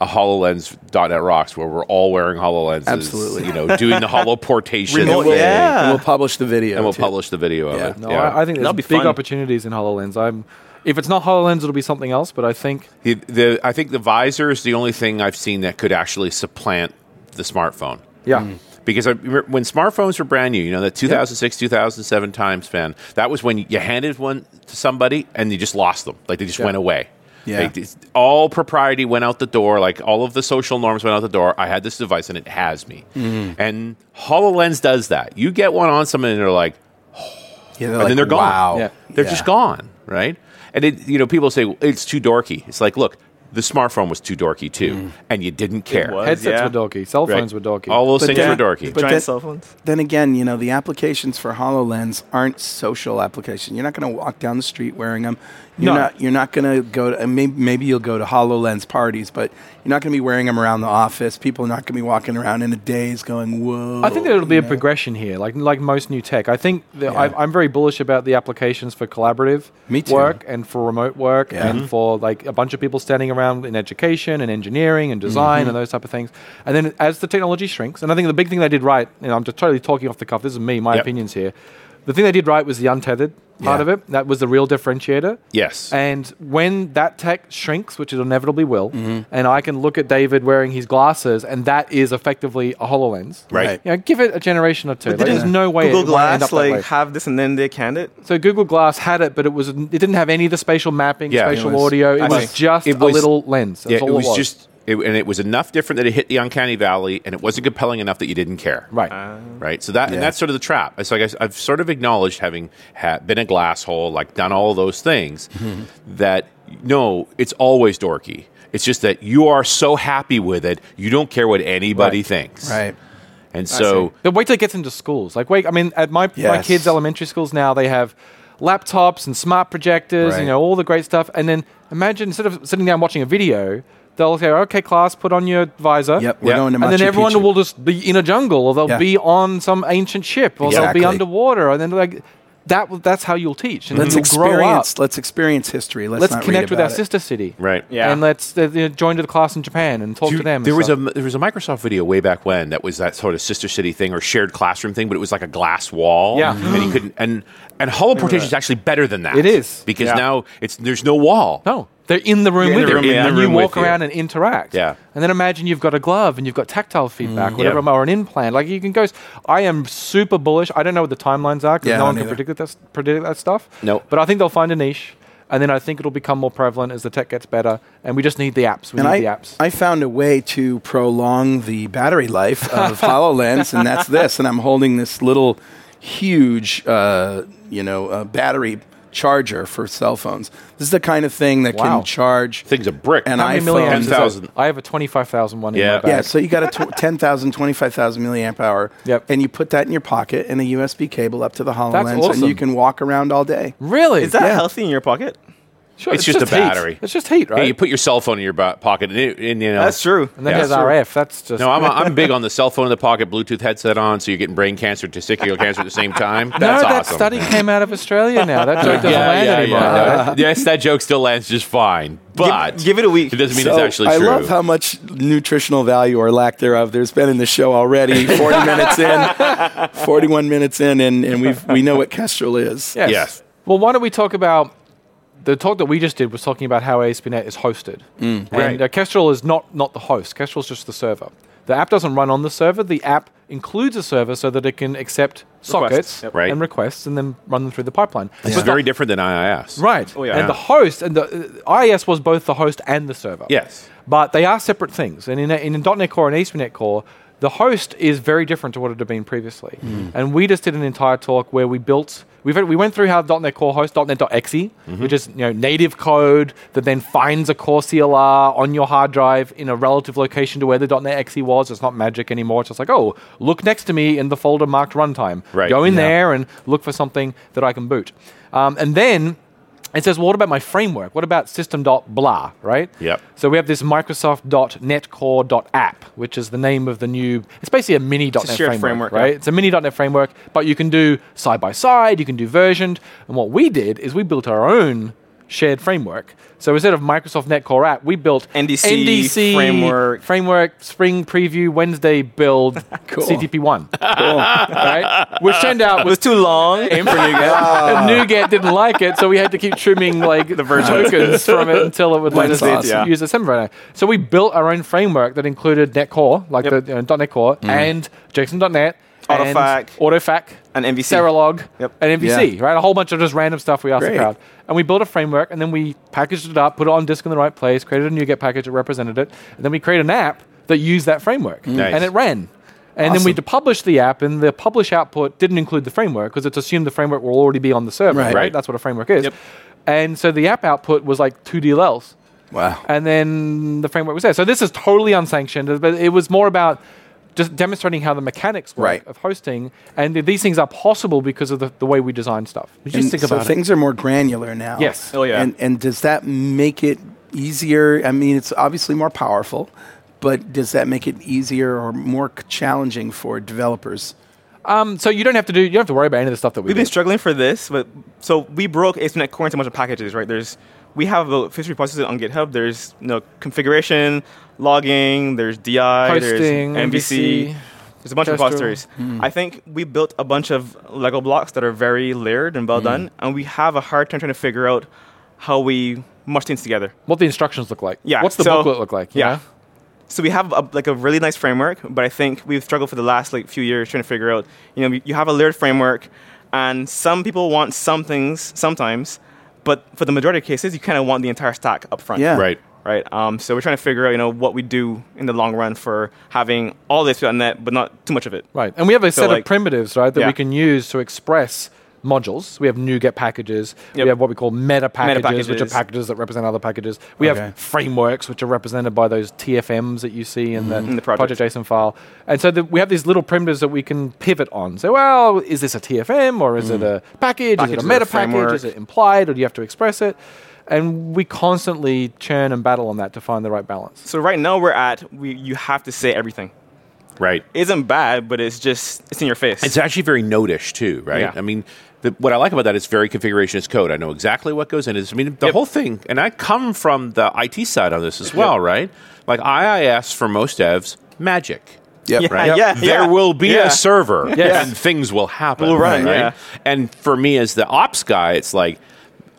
a HoloLens.net rocks where we're all wearing HoloLenses. Absolutely. You know, doing the holoportation. and Remote, thing, we'll, yeah. and we'll publish the video. And we'll too. publish the video Yeah. of it. No, yeah. I, I think there's That'll be big fun. opportunities in Hololens. I'm, if it's not Hololens, it'll be something else. But I think The, the, I think the visor is the only thing I've seen that could actually supplant the smartphone. Mm. yeah, because I remember when smartphones were brand new, you know, that 2006, 2007 time span, that was when you handed one to somebody and you just lost them. Like they just went away. Yeah. Like, it's- all propriety went out the door. Like all of the social norms went out the door. I had this device and it has me. And HoloLens does that. You get one on someone and they're like, Yeah, and then they're gone. wow. Yeah. They're just gone, right? And it, you know, people say "Well, it's too dorky. It's like, look, the smartphone was too dorky too, and you didn't care. was. Headsets Yeah. were dorky. Cell Right? phones were dorky. All those But things that- were dorky. but Giant that- cell phones. Then again, you know, the applications for HoloLens aren't social application. You're not going to walk down the street wearing them. You're No. not you're not going to go to maybe, maybe you'll go to HoloLens parties, but you're not going to be wearing them around the office. People are not going to be walking around in a daze going, "Whoa." I think that it'll be a progression here, like like most new tech. I think that I, I'm very bullish about the applications for collaborative Me too. work and for remote work Yeah. Mm-hmm. and for like a bunch of people standing around in education and engineering and design Mm-hmm. and those type of things. And then as the technology shrinks, and I think the big thing they did right, and I'm just totally talking off the cuff. This is me, my Yep. opinions here. The thing they did right was the untethered part Yeah. of it. That was the real differentiator. Yes. And when that tech shrinks, which it inevitably will, Mm-hmm. and I can look at David wearing his glasses, and that is effectively a HoloLens. Right. You know, give it a generation or two. Like, didn't there's no way Google it would end up Glass that way. like have this and then they canned it. so Google Glass had it, but it was it didn't have any of the spatial mapping, Yeah. spatial It was- audio. It I was think- just it was- a little lens. That's Yeah, all it was just, it, and it was enough different that it hit the uncanny valley, and it wasn't compelling enough that you didn't care. right. right? So that and that's sort of the trap. It's like I, I've sort of acknowledged having ha- been a glass hole, like done all those things. that no, it's always dorky. It's just that you are so happy with it, you don't care what anybody thinks, right. And so But wait till it gets into schools. Like wait, I mean, at my my Yes. kids' elementary schools now, they have laptops and smart projectors, Right. you know, all the great stuff. And then imagine instead of sitting down watching a video, they'll say, "Okay, class, put on your visor." Yep, we're Yeah. going to And then Machu everyone Picchu. will just be in a jungle, or they'll Yeah. be on some ancient ship, or they'll Exactly. be underwater, and then like that—that's how you'll teach, and Let's you'll grow up. experience. Let's experience history. Let's, Let's not read connect with our about it. sister city, Right. Yeah. and let's uh, you know, join to the class in Japan and talk Do you- to them. and there was stuff. a there was a Microsoft video way back when that was that sort of sister city thing or shared classroom thing, but it was like a glass wall. Yeah. and you couldn't and and holoportation is actually better than that. It is. because now it's there's no wall. No, they're in the room They're in with the you, room, yeah. and in the you room walk with you. around and interact. Yeah. Mm, And then imagine you've got a glove and you've got tactile feedback, whatever, Yeah. or an implant. Like you can go. s- I am super bullish. I don't know what the timelines are because Yeah, no one me can neither. predict that, predict that stuff. Nope. But I think they'll find a niche, and then I think it'll become more prevalent as the tech gets better, and we just need the apps. We and need I, the apps. I found a way to prolong the battery life of HoloLens, and that's this. And I'm holding this little huge, uh, you know, uh, battery charger for cell phones. This is the kind of thing that Wow. can charge Thing's a brick. an How many iPhone. milliamps is that? 10,000. I have a twenty-five thousand one Yeah. in my bag. Yeah, so you got a tw- 10,000, 25,000 milliamp hour, Yep. and you put that in your pocket and a USB cable up to the HoloLens, awesome. and you can walk around all day. Really? Is that Yeah. healthy in your pocket? Sure, It's just a heat. battery. It's just heat, Yeah, right? you put your cell phone in your bo- pocket, and, it, and you know That's true. and then Yeah. there's Sure. RF. That's just No, I'm, I'm big on the cell phone in the pocket, Bluetooth headset on, so you're getting brain cancer, testicular cancer at the same time. That's no, awesome. that study came out of Australia now. That joke doesn't yeah, land yeah, anymore. yeah, no. yes, that joke still lands just fine, but give it a week. It doesn't mean it's So, actually I true. love how much nutritional value or lack thereof there's been in the show already. Forty minutes in, forty-one minutes in, and, and we we know what Kestrel is. Yes. Yes. Well, why don't we talk about the talk that we just did was talking about how ASP.NET E is hosted. Mm, and Right. uh, Kestrel is not, not the host. Kestrel is just the server. The app doesn't run on the server. The app includes a server so that it can accept sockets Yep. Right. and requests and then run them through the pipeline. It's very different than IIS, Right. Oh, yeah. And the host and the uh, IIS was both the host and the server. Yes. But they are separate things. And in, in .NET Core and E ASP.NET Core, the host is very different to what it had been previously. Hmm. And we just did an entire talk where we built. We've, we went through how .NET Core hosts .NET.exe, Mm-hmm. which is you know native code that then finds a core CLR on your hard drive in a relative location to where the .NET .exe was. It's not magic anymore. It's just like oh, look next to me in the folder marked runtime. Right. Go in Yeah. there and look for something that I can boot. Um, and then it says, well, what about my framework? What about system.blah, right? Yep. So we have this Microsoft.NETCore.app, which is the name of the new. It's basically a mini .NET shared framework, framework, right? yeah. It's a mini .NET framework, but you can do side by side, you can do versioned, and what we did is we built our own shared framework. So instead of Microsoft NetCore app, we built NDC framework. framework, Spring Preview, Wednesday build, CTP one, right? Which turned out It was was too long. for NuGet. and NuGet didn't like it, so we had to keep trimming like the tokens from it until it would let us That's awesome. Yeah. use Assembler. So we built our own framework that included NetCore, like Yep. Mm. the you know, .NET Core, and JSON.NET, and Autofac. AutoFac, And MVC. Serilog, Yep. and MVC, right? A whole bunch of just random stuff we asked Great. the crowd. And we built a framework, and then we packaged it up, put it on disk in the right place, created a NuGet package that represented it, and then we created an app that used that framework, Mm. Nice. and it ran. And then we d- published the app, and the publish output didn't include the framework because it's assumed the framework will already be on the server, Right. right? Right. That's what a framework is. Yep. And so the app output was like two DLLs Wow. Uh, and then the framework was there. So this is totally unsanctioned, but it was more about just demonstrating how the mechanics work Right. of hosting, and th- these things are possible because of the, the way we design stuff. And so things are more granular now. Yes. Oh, yeah. And and does that make it easier? I mean, it's obviously more powerful, but does that make it easier or more c- challenging for developers? Um, so you don't have to do you don't have to worry about any of the stuff that we We've been did. struggling for this, but so we broke ASP.NET Core into a bunch of packages, right? There's we have a history process on GitHub. There's you know, configuration, logging. There's DI, Hosting, there's MVC. MVC, There's a bunch of Kestrel. repositories. Hmm. I think we built a bunch of Lego blocks that are very layered and Hmm. well done, and we have a hard time trying to figure out how we mush things together. What the instructions look like? Yeah, What's the so- booklet look like? you yeah. know? so we have a, like a really nice framework, but I think we've struggled for the last like few years trying to figure out. You know, you have a layered framework, and some people want some things sometimes, but for the majority of cases, you kind of want the entire stack up front. Yeah. Right. Right. Um, so we're trying to figure out, you know, what we do in the long run for having all this on net, but not too much of it. Right. And we have a So, set like- of primitives, right, that Yeah. we can use to express modules. We have NuGet packages. Yep. We have what we call meta packages, which are packages. packages that represent other packages. We Okay. have frameworks, which are represented by those TFMs that you see in the, Mm-hmm. the project. project. JSON file. And so the, we have these little primitives that we can pivot on. So, well, is this a TFM or is it a package? Package is is it Mm. a a meta framework. package? Is it implied or do you have to express it? And we constantly churn and battle on that to find the right balance. So right now we're at we you have to say everything. Right. Isn't bad, but it's just it's in your face. It's actually very notish too, right? Yeah. I mean, the, what I like about that is very configuration is code. I know exactly what goes in. Is I mean the whole thing, and I come from the IT side on this as well, right? Like IIS for most devs, magic. Yep. yeah, Right? yeah, there yeah. will be Yeah. a server, Yes. and things will happen. Will run, right? yeah. And for me as the ops guy, it's like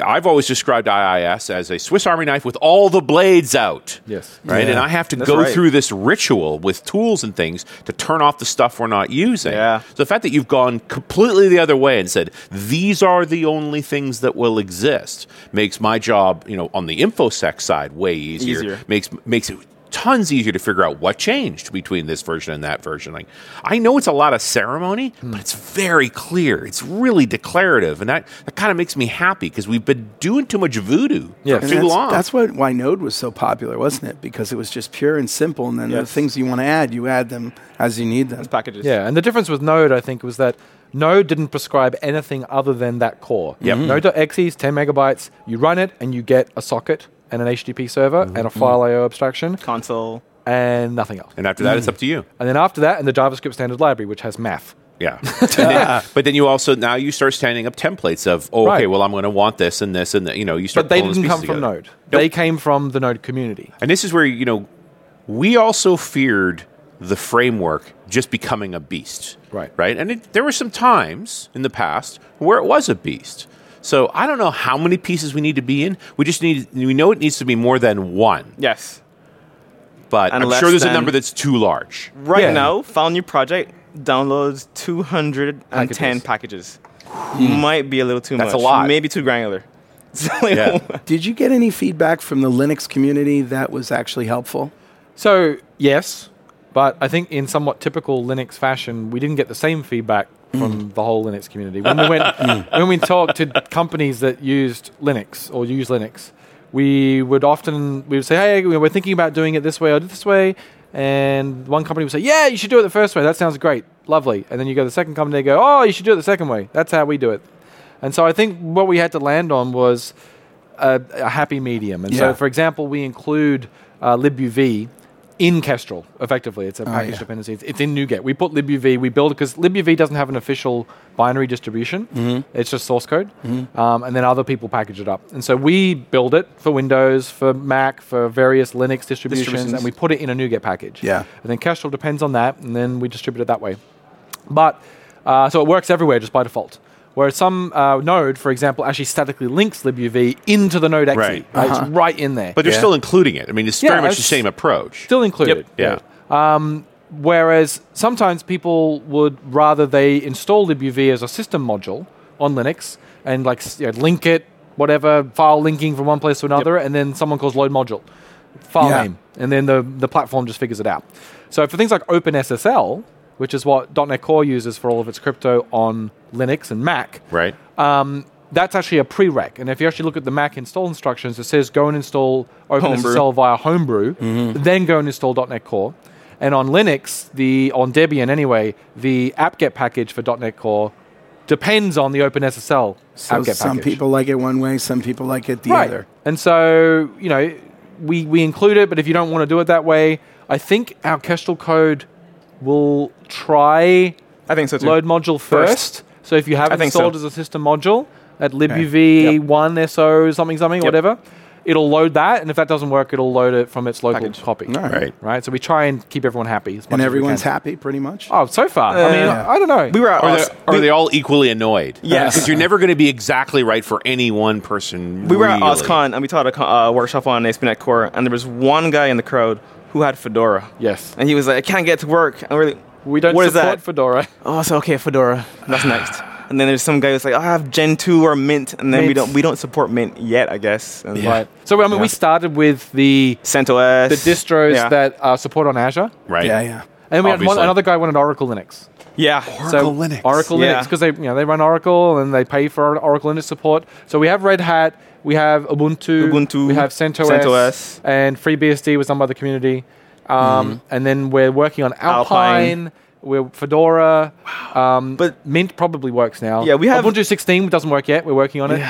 I've always described IIS as a Swiss Army knife with all the blades out. Yes. Right. Yeah. And I have to That's go right. through this ritual with tools and things to turn off the stuff we're not using. Yeah. So the fact that you've gone completely the other way and said these are the only things that will exist makes my job, you know, on the infosec side way easier. Easier. Makes makes it tons easier to figure out what changed between this version and that version. Like I know it's a lot of ceremony, Hmm. but it's very clear. It's really declarative, and that that kind of makes me happy because we've been doing too much voodoo Yes. for And too that's, long. that's what why Node was so popular, wasn't it? Because it was just pure and simple, and then the Yes. things you want to add, you add them as you need them. packages. Yeah, and the difference with Node, I think, was that Node didn't prescribe anything other than that core. Yep. Mhm. Node.exe is 10 megabytes. You run it, and you get a socket and an HTTP server and a Mm-hmm. file I/O abstraction Console. and nothing else. and after that, it's up to you. And then after that, and the JavaScript standard library, which has math. Yeah. And then- but then you also now you start standing up templates of oh, okay, Right. well I'm going to want this and this and that. you know you start. But they pulling those didn't come pieces from together. Node. They came from the Node community. And this is where you know we also feared the framework just becoming a beast. Right. Right. And it, there were some times in the past where it was a beast. So I don't know how many pieces we need to be in. We just need we know it needs to be more than one. Yes. But And I'm less sure there's a than- number that's too large. Right Yeah. now, found new project downloads 210 Packages. packages. Might be a little too much. That's a lot. Maybe too granular. So, you Yeah. know, Did you get any feedback from the Linux community that was actually helpful? So, yes, but I think in somewhat typical Linux fashion, we didn't get the same feedback from the whole Linux community. When we went when we talked to companies that used Linux or use Linux, we would often we would say, "Hey, we're thinking about doing it this way or this way." And one company would say, "Yeah, you should do it the first way. That sounds great. Lovely." And then you go to the second company, they go, "Oh, you should do it the second way. That's how we do it." And so I think what we had to land on was a, a happy medium. And Yeah. so, for example, we include uh, libuv in Kestrel, effectively. It's a package Oh, yeah. dependency. It's, it's in NuGet. We put libuv, we build it because libuv doesn't have an official binary distribution. Mm-hmm. It's just source code. Um, and then other people package it up. And so we build it for Windows, for Mac, for various Linux distributions, Distributions. and we put it in a NuGet package. Yeah. And then Kestrel depends on that, and then we distribute it that way. But uh, so it works everywhere just by default. Whereas some uh, node, for example, actually statically links libuv into the node exe. Right. It's right in there. But they're Yeah. still including it. I mean, it's Yeah, very much the it's- same approach. still included. yeah. Whereas sometimes people would rather they install libuv as a system module on Linux and like s- you know, link it, whatever file linking from one place to another, and then someone calls load module file Yeah. name, and then the the platform just figures it out. So for things like OpenSSL, which is what .NET Core uses for all of its crypto on Linux and Mac, Right. um, that's actually a prereq. And if you actually look at the Mac install instructions, it says go and install OpenSSL via Homebrew, then go and install .NET Core. And on Linux, the on Debian anyway, the apt-get package for .NET Core depends on the OpenSSL So apt-get some package. people like it one way, some people like it the right. other. And so you know, we we include it, but if you don't want to do it that way, I think our Kestrel code will try I think so too. load module first. First. So if you I have think installed so. as a system module at libuv1 so something something whatever, it'll load that, and if that doesn't work, it'll load it from its local Package. copy. All right. Right. Right. So we try and keep everyone happy. As much And as we everyone's can. happy pretty much. Oh, so far. I mean, Yeah. I don't know. We were at Are Aus- they, are we- they all equally annoyed? Yes. Because you're never going to be exactly right for any one person. we were at really. OzCon and we taught a co- uh, workshop on ASP.NET Core, and there was one guy in the crowd who had Fedora. yes. And he was like, I can't get to work. And we're like, We don't "What is support that? Fedora. Oh, so okay, Fedora. That's next. And then there's some guy who's like, I have Gen 2 or Mint, and then we Mint. don't we don't support Mint yet, I guess. And Right. So I mean, we started with the CentOS. the distros yeah. that are support on Azure, Right. yeah, yeah. and we had Obviously. one, another guy wanted Oracle Linux. Yeah. Oracle Linux. Oracle Yeah. Linux because they you know they run Oracle and they pay for Oracle Linux support. So we have Red Hat, we have Ubuntu, Ubuntu, we have CentOS, CentOS. Mm-hmm. and FreeBSD was done by the community. Um, And then we're working on Alpine. Alpine. We're Fedora, um, But- Mint probably works now. Yeah, we have- Ubuntu 16 doesn't work yet. We're working on it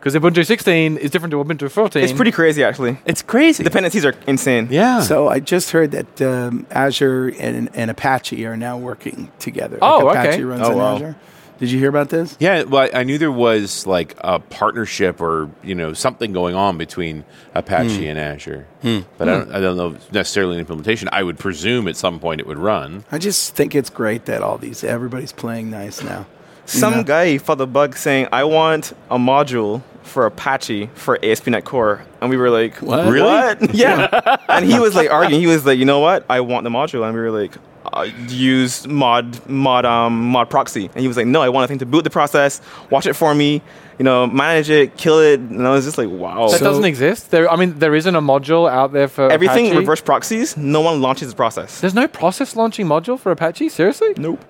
because Ubuntu 16 is different to Ubuntu 14. It's pretty crazy, actually. It's crazy. Dependencies are insane. yeah. So I just heard that um, Azure and, and Apache are now working together. Oh, like okay. Apache runs Oh, on wow. Azure. Did you hear about this? yeah. Well, I knew there was like a partnership or you know something going on between Apache Hmm. and Azure, but I, don't, I don't know necessarily an implementation. I would presume at some point it would run. I just think it's great that all these everybody's playing nice now. Some Yeah. guy found the bug saying, I want a module for Apache for ASP.NET Core. And we were like, What? Really? Yeah. and he was like arguing. He was like, You know what? I want the module. And we were like, uh, Use mod, mod, um, mod proxy. And he was like, No, I want a thing to boot the process, watch it for me, you know, manage it, kill it. And I was just like, Wow. that So- doesn't exist. There, I mean, there isn't a module out there for Everything Apache. reverse proxies, no one launches the process. There's no process launching module for Apache. Seriously? Nope.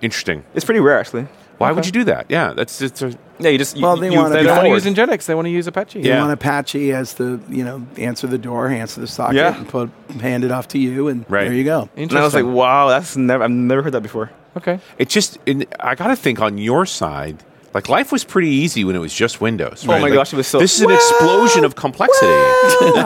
Interesting. It's pretty rare, actually. Why would you do that? Yeah. That's it's a, Yeah, you just. you- Well, they you- wanna They be don't want to forward. use Nginx. They want to use Apache. You Yeah. want Apache as the you know answer the door, answer the socket, Yeah. and put hand it off to you, and Right. there you go. And I was like, Interesting. Wow, that's never. I've never heard that before. okay. It just, in, I got to think on your side, like life was pretty easy when it was just Windows. Oh my Like, gosh, it was so- This is an explosion of complexity.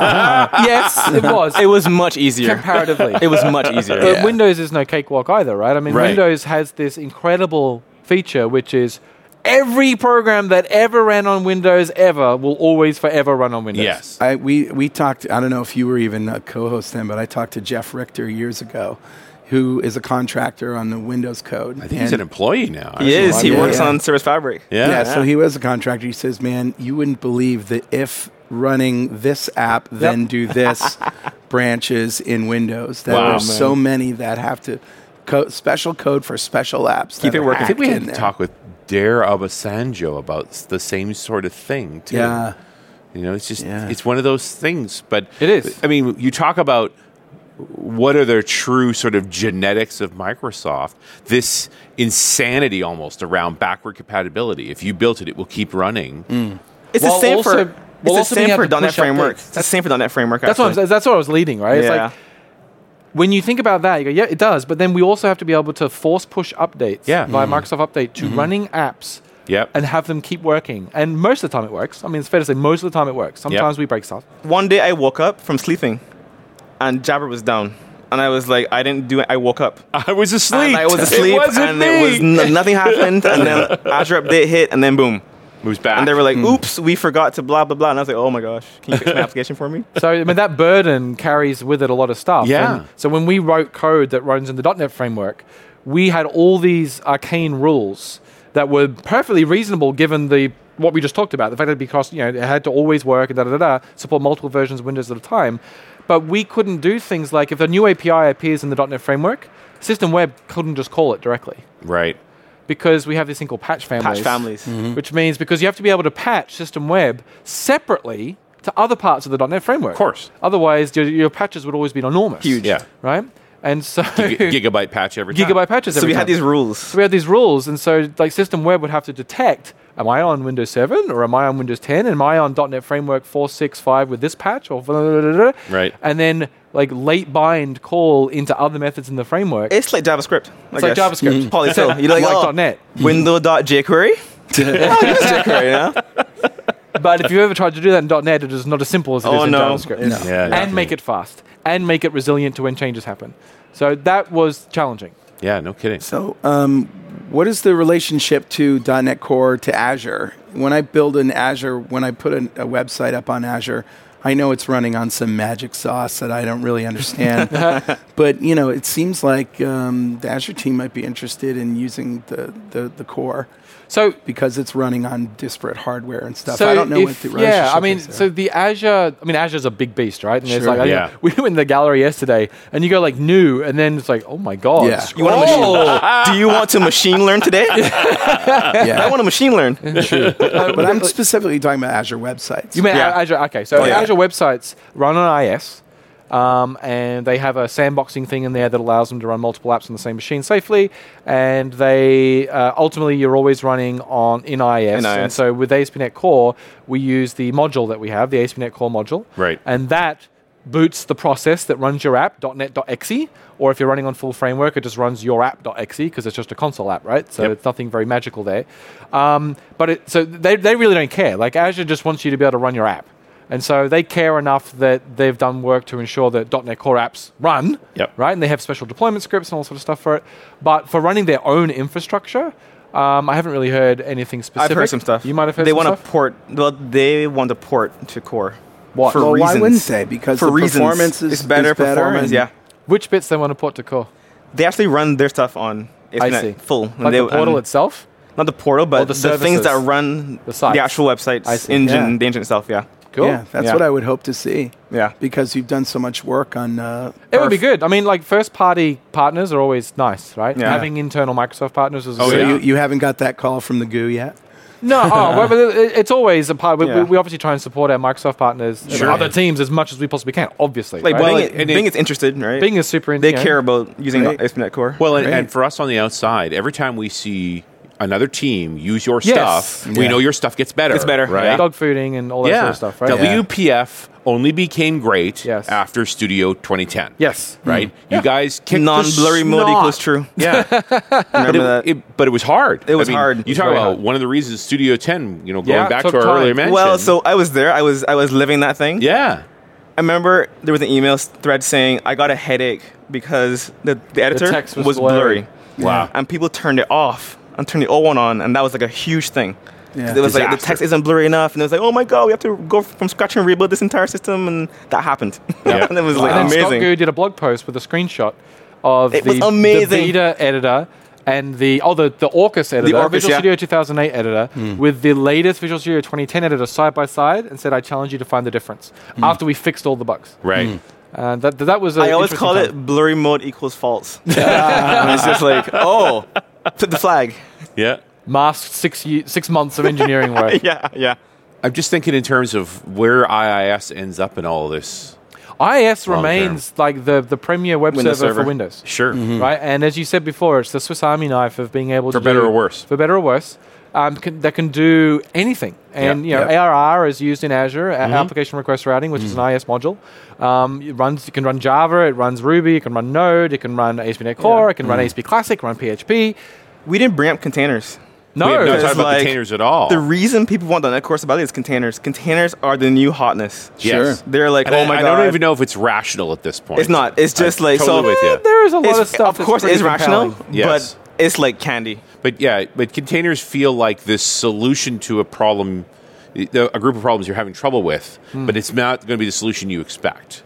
yes, it was. It was much easier. comparatively. It was much easier. but Windows is no cakewalk either, right? I mean, Right. Windows has this incredible feature, which is every program that ever ran on Windows ever will always forever run on Windows. Yes. I, we we talked. I don't know if you were even a co-host then, but I talked to Jeff Richter years ago, who is a contractor on the Windows code. I think he's an employee now. actually. He is. He Yeah, works yeah. on Service Fabric. Yeah. yeah, so he was a contractor. He says, "Man, you wouldn't believe that if running this app, then do this branches in Windows. There Wow, are so many that have to co- special code for special apps. Keep that it are working. I think we hacked had in to there. talk with Dare Abasanjo about s- the same sort of thing too. Yeah. You know, it's just Yeah. it's one of those things. But It is. I mean, you talk about what are the true sort of genetics of Microsoft? This insanity almost around backward compatibility. If you built it, it will keep running. Mm. It's While the same for. also- while it's also the being same able for to .NET push updates. framework. It's the same for .NET framework. That's what, actually. I'm, that's what I was leading, right? It's Yeah. like when you think about that, you go, yeah, it does. But then we also have to be able to force push updates Yeah. Mm. via Microsoft Update to Mm-hmm. running apps Yep. and have them keep working. And most of the time it works. I mean, it's fair to say most of the time it works. Sometimes we break stuff. One day I woke up from sleeping, and Jabber was down. And I was like, I didn't do it. I woke up. I was asleep. And I was asleep, It wasn't and me. it was n- nothing happened. And then Azure update hit, and then boom. It was back. And they were Hmm. like, "Oops, we forgot to blah blah blah." And I was like, "Oh my gosh, can you fix my application for me?" So I mean that burden carries with it a lot of stuff. Yeah. And so when we wrote code that runs in the .NET framework, we had all these arcane rules that were perfectly reasonable given the what we just talked about. The fact that it'd be cost, you know, it had to always work and da da da da support multiple versions of Windows at a time. But we couldn't do things like if a new API appears in the .NET framework, System Web couldn't just call it directly right. because we have this thing called patch families. Patch families. Mm-hmm. Which means because you have to be able to patch system web separately to other parts of the .NET framework. Of course. Otherwise, your, your patches would always be enormous. Huge. Yeah. Right? And so G- gigabyte patch every time. gigabyte patches. So every we had time. these rules. So we had these rules, and so like system web would have to detect: Am I on Windows 7 or am I on Windows 10? Am I on .NET Framework 4.6.5 with this patch or blah, blah, blah, blah, blah. Right. And then like late bind call into other methods in the framework. It's like JavaScript. It's like JavaScript. Polyfill. You're like, Like oh, .NET. Window.jQuery. oh, use jQuery, yeah. but if you ever tried to do that in .NET, it is not as simple as it is Oh, in no. JavaScript. It's- Yeah, and yeah. make it fast, and make it resilient to when changes happen. So that was challenging. Yeah, no kidding. So, um, what is the relationship to .NET Core to Azure? When I build an Azure, when I put an, a website up on Azure, I know it's running on some magic sauce that I don't really understand. but you know, it seems like um, the Azure team might be interested in using the, the, the core So, because it's running on disparate hardware and stuff. so I don't know if, what the relationship yeah, I mean, is there. so the Azure, I mean, Azure's a big beast, right? And it's Sure. like, I- Yeah. we went in the gallery yesterday, and you go like new, and then it's like, oh my god, Oh. Yeah. You want a machine? Do you want to machine learn today? I Uh, yeah. want to machine learn. but I'm specifically talking about Azure websites. You mean Yeah. A- Azure? Okay, so yeah. Azure websites run on IS, um, and they have a sandboxing thing in there that allows them to run multiple apps on the same machine safely. And they uh, ultimately you're always running on in IS. In And IS. so with ASP.NET Core, we use the module that we have, the ASP.NET Core module, Right. And that boots the process that runs your app .NET.exe, or if you're running on full framework, it just runs your app.exe because it's just a console app, right? So Yep. it's nothing very magical there. Um, but it, so they, they really don't care. Like Azure just wants you to be able to run your app. And so they care enough that they've done work to ensure that .NET Core apps run, Yep. right? And they have special deployment scripts and all sort of stuff for it. But for running their own infrastructure, um, I haven't really heard anything I've specific. heard some stuff. You might have heard They some want stuff? to port. Well, they want to port to core. What? For well, reasons. why wouldn't they? Because for the reasons. performance is it's better. is better performance. and- Yeah. Which bits they want to port to core? They actually run their stuff on. I Ethernet see. Full. and Like they- the portal and- itself? not the portal, but the the, things that services. run The the, sites. actual I website's see. engine, Yeah. the engine itself. Yeah, Cool. Yeah, that's Yeah. what I would hope to see. yeah. because you've done so much work on. Uh, It would be perf. good. I mean, like first party partners are always nice, right? Yeah. Having internal Microsoft partners is. Oh, So yeah. you, you haven't got that call from the goo yet. No, oh, well, but it- it's always a part. We, we- Yeah. we obviously try and support our Microsoft partners, and Sure. other teams as much as we possibly can. Obviously, Like right? well, Bing, and it- Bing is interested, right? Bing is super. in- they you know, care about using Right. ASP.NET Core. Well, and, Great. and for us on the outside, every time we see another team use your Yes. stuff, we Yeah. know your stuff gets better. It's better, right? yeah. dog fooding and all that sort of stuff, right? Yeah. WPF only became great Yes. after Studio 2010. Yes. Mm-hmm. Right? You guys kicked the Non-blurry mode snot. equals true. Yeah. but, Remember it, that? it- but it was hard. It was I mean, hard. It You was talk very about hard. one of the reasons Studio 10, you know, going Yeah, back to took our time. earlier mention. well, so I was there. I was I was living that thing. Yeah. I remember there was an email s- thread saying I got a headache because the, the editor text was was, blurry. blurry. Wow. and people turned it off and turned the old one on, and that was like a huge thing. Yeah. 'Cause It was like the Disaster. text isn't blurry enough, and it was like, oh my god, we have to go from scratch and rebuild this entire system, and that happened. Yeah. and it was like And then Scott amazing. Goo did a blog post with a screenshot of It the, was amazing. the Vita editor and the oh the, the Orcus editor, Orcus, Visual yeah. Hmm. Studio 2008 editor, with the latest Visual Studio 2010 editor side by side, and said, "I challenge you to find the difference." After we fixed all the bugs, Right. and that that was. a Hmm. I always interesting call time. it blurry mode equals false. and it's just like, oh, put the flag. Yeah. masked six ye- six months of engineering work. Yeah, yeah. I'm just thinking in terms of where IIS ends up in all this. IIS Long term. remains like the the premier web Oh, Windows server, server. for Windows. Sure. right? And as you said before, it's the Swiss Army knife of being able For to better do- or worse. for better or worse, um, can, that can do anything. And Yeah, you know, yeah. ARR is used in Azure a- application request routing, which is an IS module. Um, it runs, it can run Java, it runs Ruby, it can run Node, it can run ASP.NET Core, it can run ASP Classic, run PHP. We didn't bring up containers. No, we have not it's talked about like- containers at all. The reason people want the net core stability is containers. Containers are the new hotness. Yes. They're like, And oh I- my I god. don't even know if it's rational at this point. It's not. It's just I'm like totally so. with you. there is a lot It's- of stuff. Of course, that's it's pretty rational, compelling. Yes. but it's like candy. But yeah, but containers feel like this solution to a problem, a group of problems you're having trouble with, Hmm. but it's not going to be the solution you expect.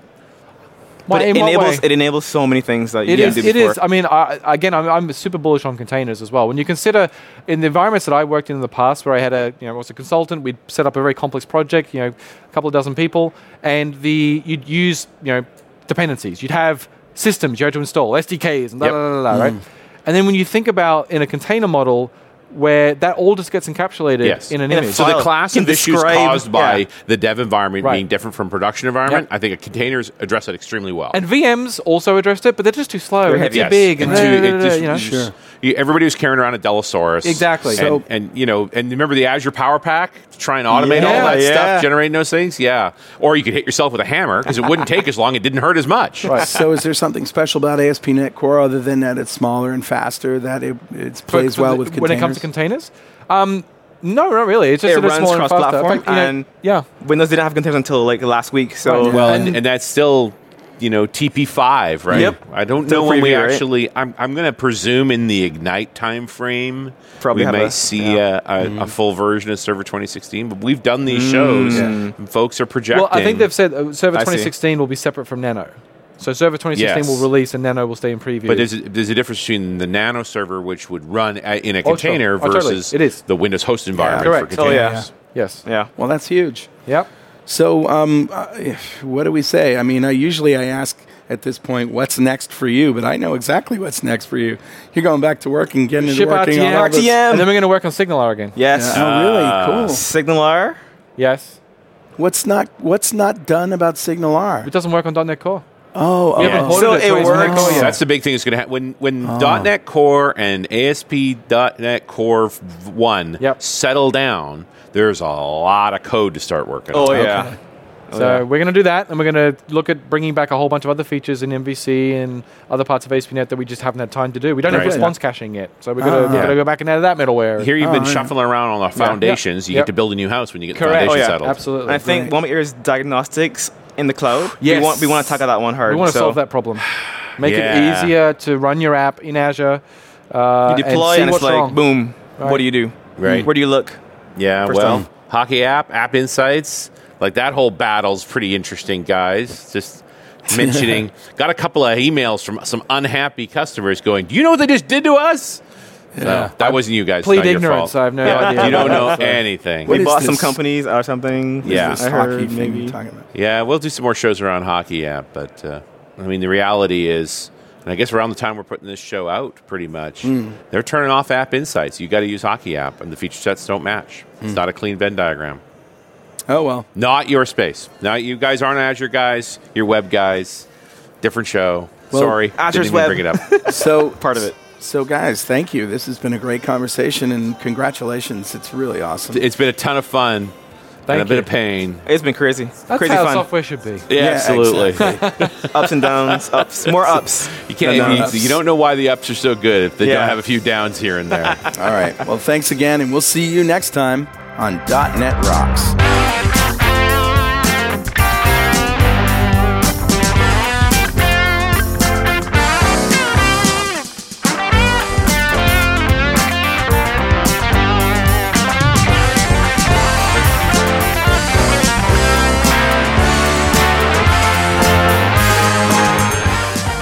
Why- but it in what enables way? it enables so many things that you It didn't is. do It before. is. I mean, I, again, I'm, I'm super bullish on containers as well. When you consider in the environments that I worked in in the past, where I had a, you know, I was a consultant, we'd set up a very complex project, you know, a couple of dozen people, and the you'd use, you know, dependencies. You'd have systems you had to install, SDKs, and da Yep. Mm. da da da, right? And then when you think about in a container model, where that all just gets encapsulated Yes. in an In a image. So the File class can of issues describe- caused by yeah. the dev environment Right. being different from production environment, Yep. I think containers address that extremely well. and VMs also addressed it, but they're just too slow. and They're heavy. too Yes. big, and, to- da- da- it da- da, just- you know? you just- you- everybody was carrying around a Delosaurus. Exactly. And, So- and, you know, and remember the Azure Power Pack to try and automate all Yeah, that yeah. stuff, generating those things? Yeah. Or you could hit yourself with a hammer because it wouldn't take as long, it didn't hurt as much. So, is there something special about ASP.NET Core other than that it's smaller and faster, that it, it plays for well the- with containers? when it comes to containers. Um, no, not really. It's just It that it's runs smaller and faster. In cross-platform fact, you know, and- yeah, Windows didn't have containers until like last week, so Right. Well, Yeah. and, And- and that's still, you know, TP5, right? Yep. I don't Still know when we preview, right? actually. I'm, I'm going to presume in the Ignite time frame, Probably we have may a- see a, a, Mm-hmm. a full version of Server 2016. But we've done these shows. and Folks are projecting. Mm. well, I think they've said uh, Server I see. 2016 will be separate from Nano. So Server 2016 Yes. will release and Nano will stay in preview. But there's a, there's a difference between the nano server, which would run a, in a sure. container, Oh, totally. versus It is. the Windows host environment correct. for Oh, yeah. containers. yes, yeah. well, that's huge. yep. So, um, uh, what do we say? I mean, I usually I ask at this point, "What's next for you?" But I know exactly what's next for you. You're going back to work and getting into Ship E working RTM, on all this. RTM. and then we're going to work on SignalR again. Yes. Ah. Yeah. Oh, really cool. SignalR. Yes, What's not What's not done about Signal R? it doesn't work on .NET Core. Oh, oh, We haven't Yeah. ported So it, to it ASP.NET works. Core yet. That's the big thing that's going to happen when when Oh. .NET Core and ASP.NET Core f- one Yep. settle down. There's a lot of code to start working. Oh on. yeah. So we're going to do that, and we're going to look at bringing back a whole bunch of other features in MVC and other parts of ASP.NET that we just haven't had time to do. We don't Right. have response caching yet, so we're Ah. going to Yeah. go back and add that middleware. Here you've been shuffling around on the foundations. You Oh, Yep. get to build a new house when you get the Correct. foundation Oh, yeah. settled. Absolutely. And I think Right. one of your is diagnostics in the cloud. Yes. We want we want to tackle that one hard. We want to so. solve that problem. Make Yeah. it easier to run your app in Azure. Uh, You deploy and, see it's what's like wrong. boom. Right. What do you do? Right. Where do you look? Yeah, First well, off. hockey app, app insights, like that whole battle's pretty interesting, guys. Just mentioning, got a couple of emails from some unhappy customers going, "Do you know what they just did to us?" Yeah, that wasn't you guys. plead not your ignorance. fault. I have no Yeah, idea You don't about know that, so- anything. What we is bought some this? companies or something. Yeah. This I hockey heard thing maybe. you're talking about. Yeah, we'll do some more shows around hockey app, but uh, I mean, the reality is, and I guess around the time we're putting this show out, pretty much, they're turning off App Insights. You got to use Hockey app, and the feature sets don't match. It's not a clean Venn diagram. Oh well. Not your space. Now you guys aren't Azure guys. You're web guys. Different show. Sorry, Azure's didn't even web. Bring it up. So Part of it. So, guys, thank you. This has been a great conversation, and congratulations. It's really awesome. it's been a ton of fun and a Thank bit you. of pain. It's been crazy. That's crazy how fun. software should be. Yeah, absolutely. exactly. ups and downs. Ups. More ups. You can't. No, no, you- that's- you, don't know why the ups are so good if they Yeah. don't have a few downs here and there. All right. Well, thanks again, and we'll see you next time on .NET Rocks.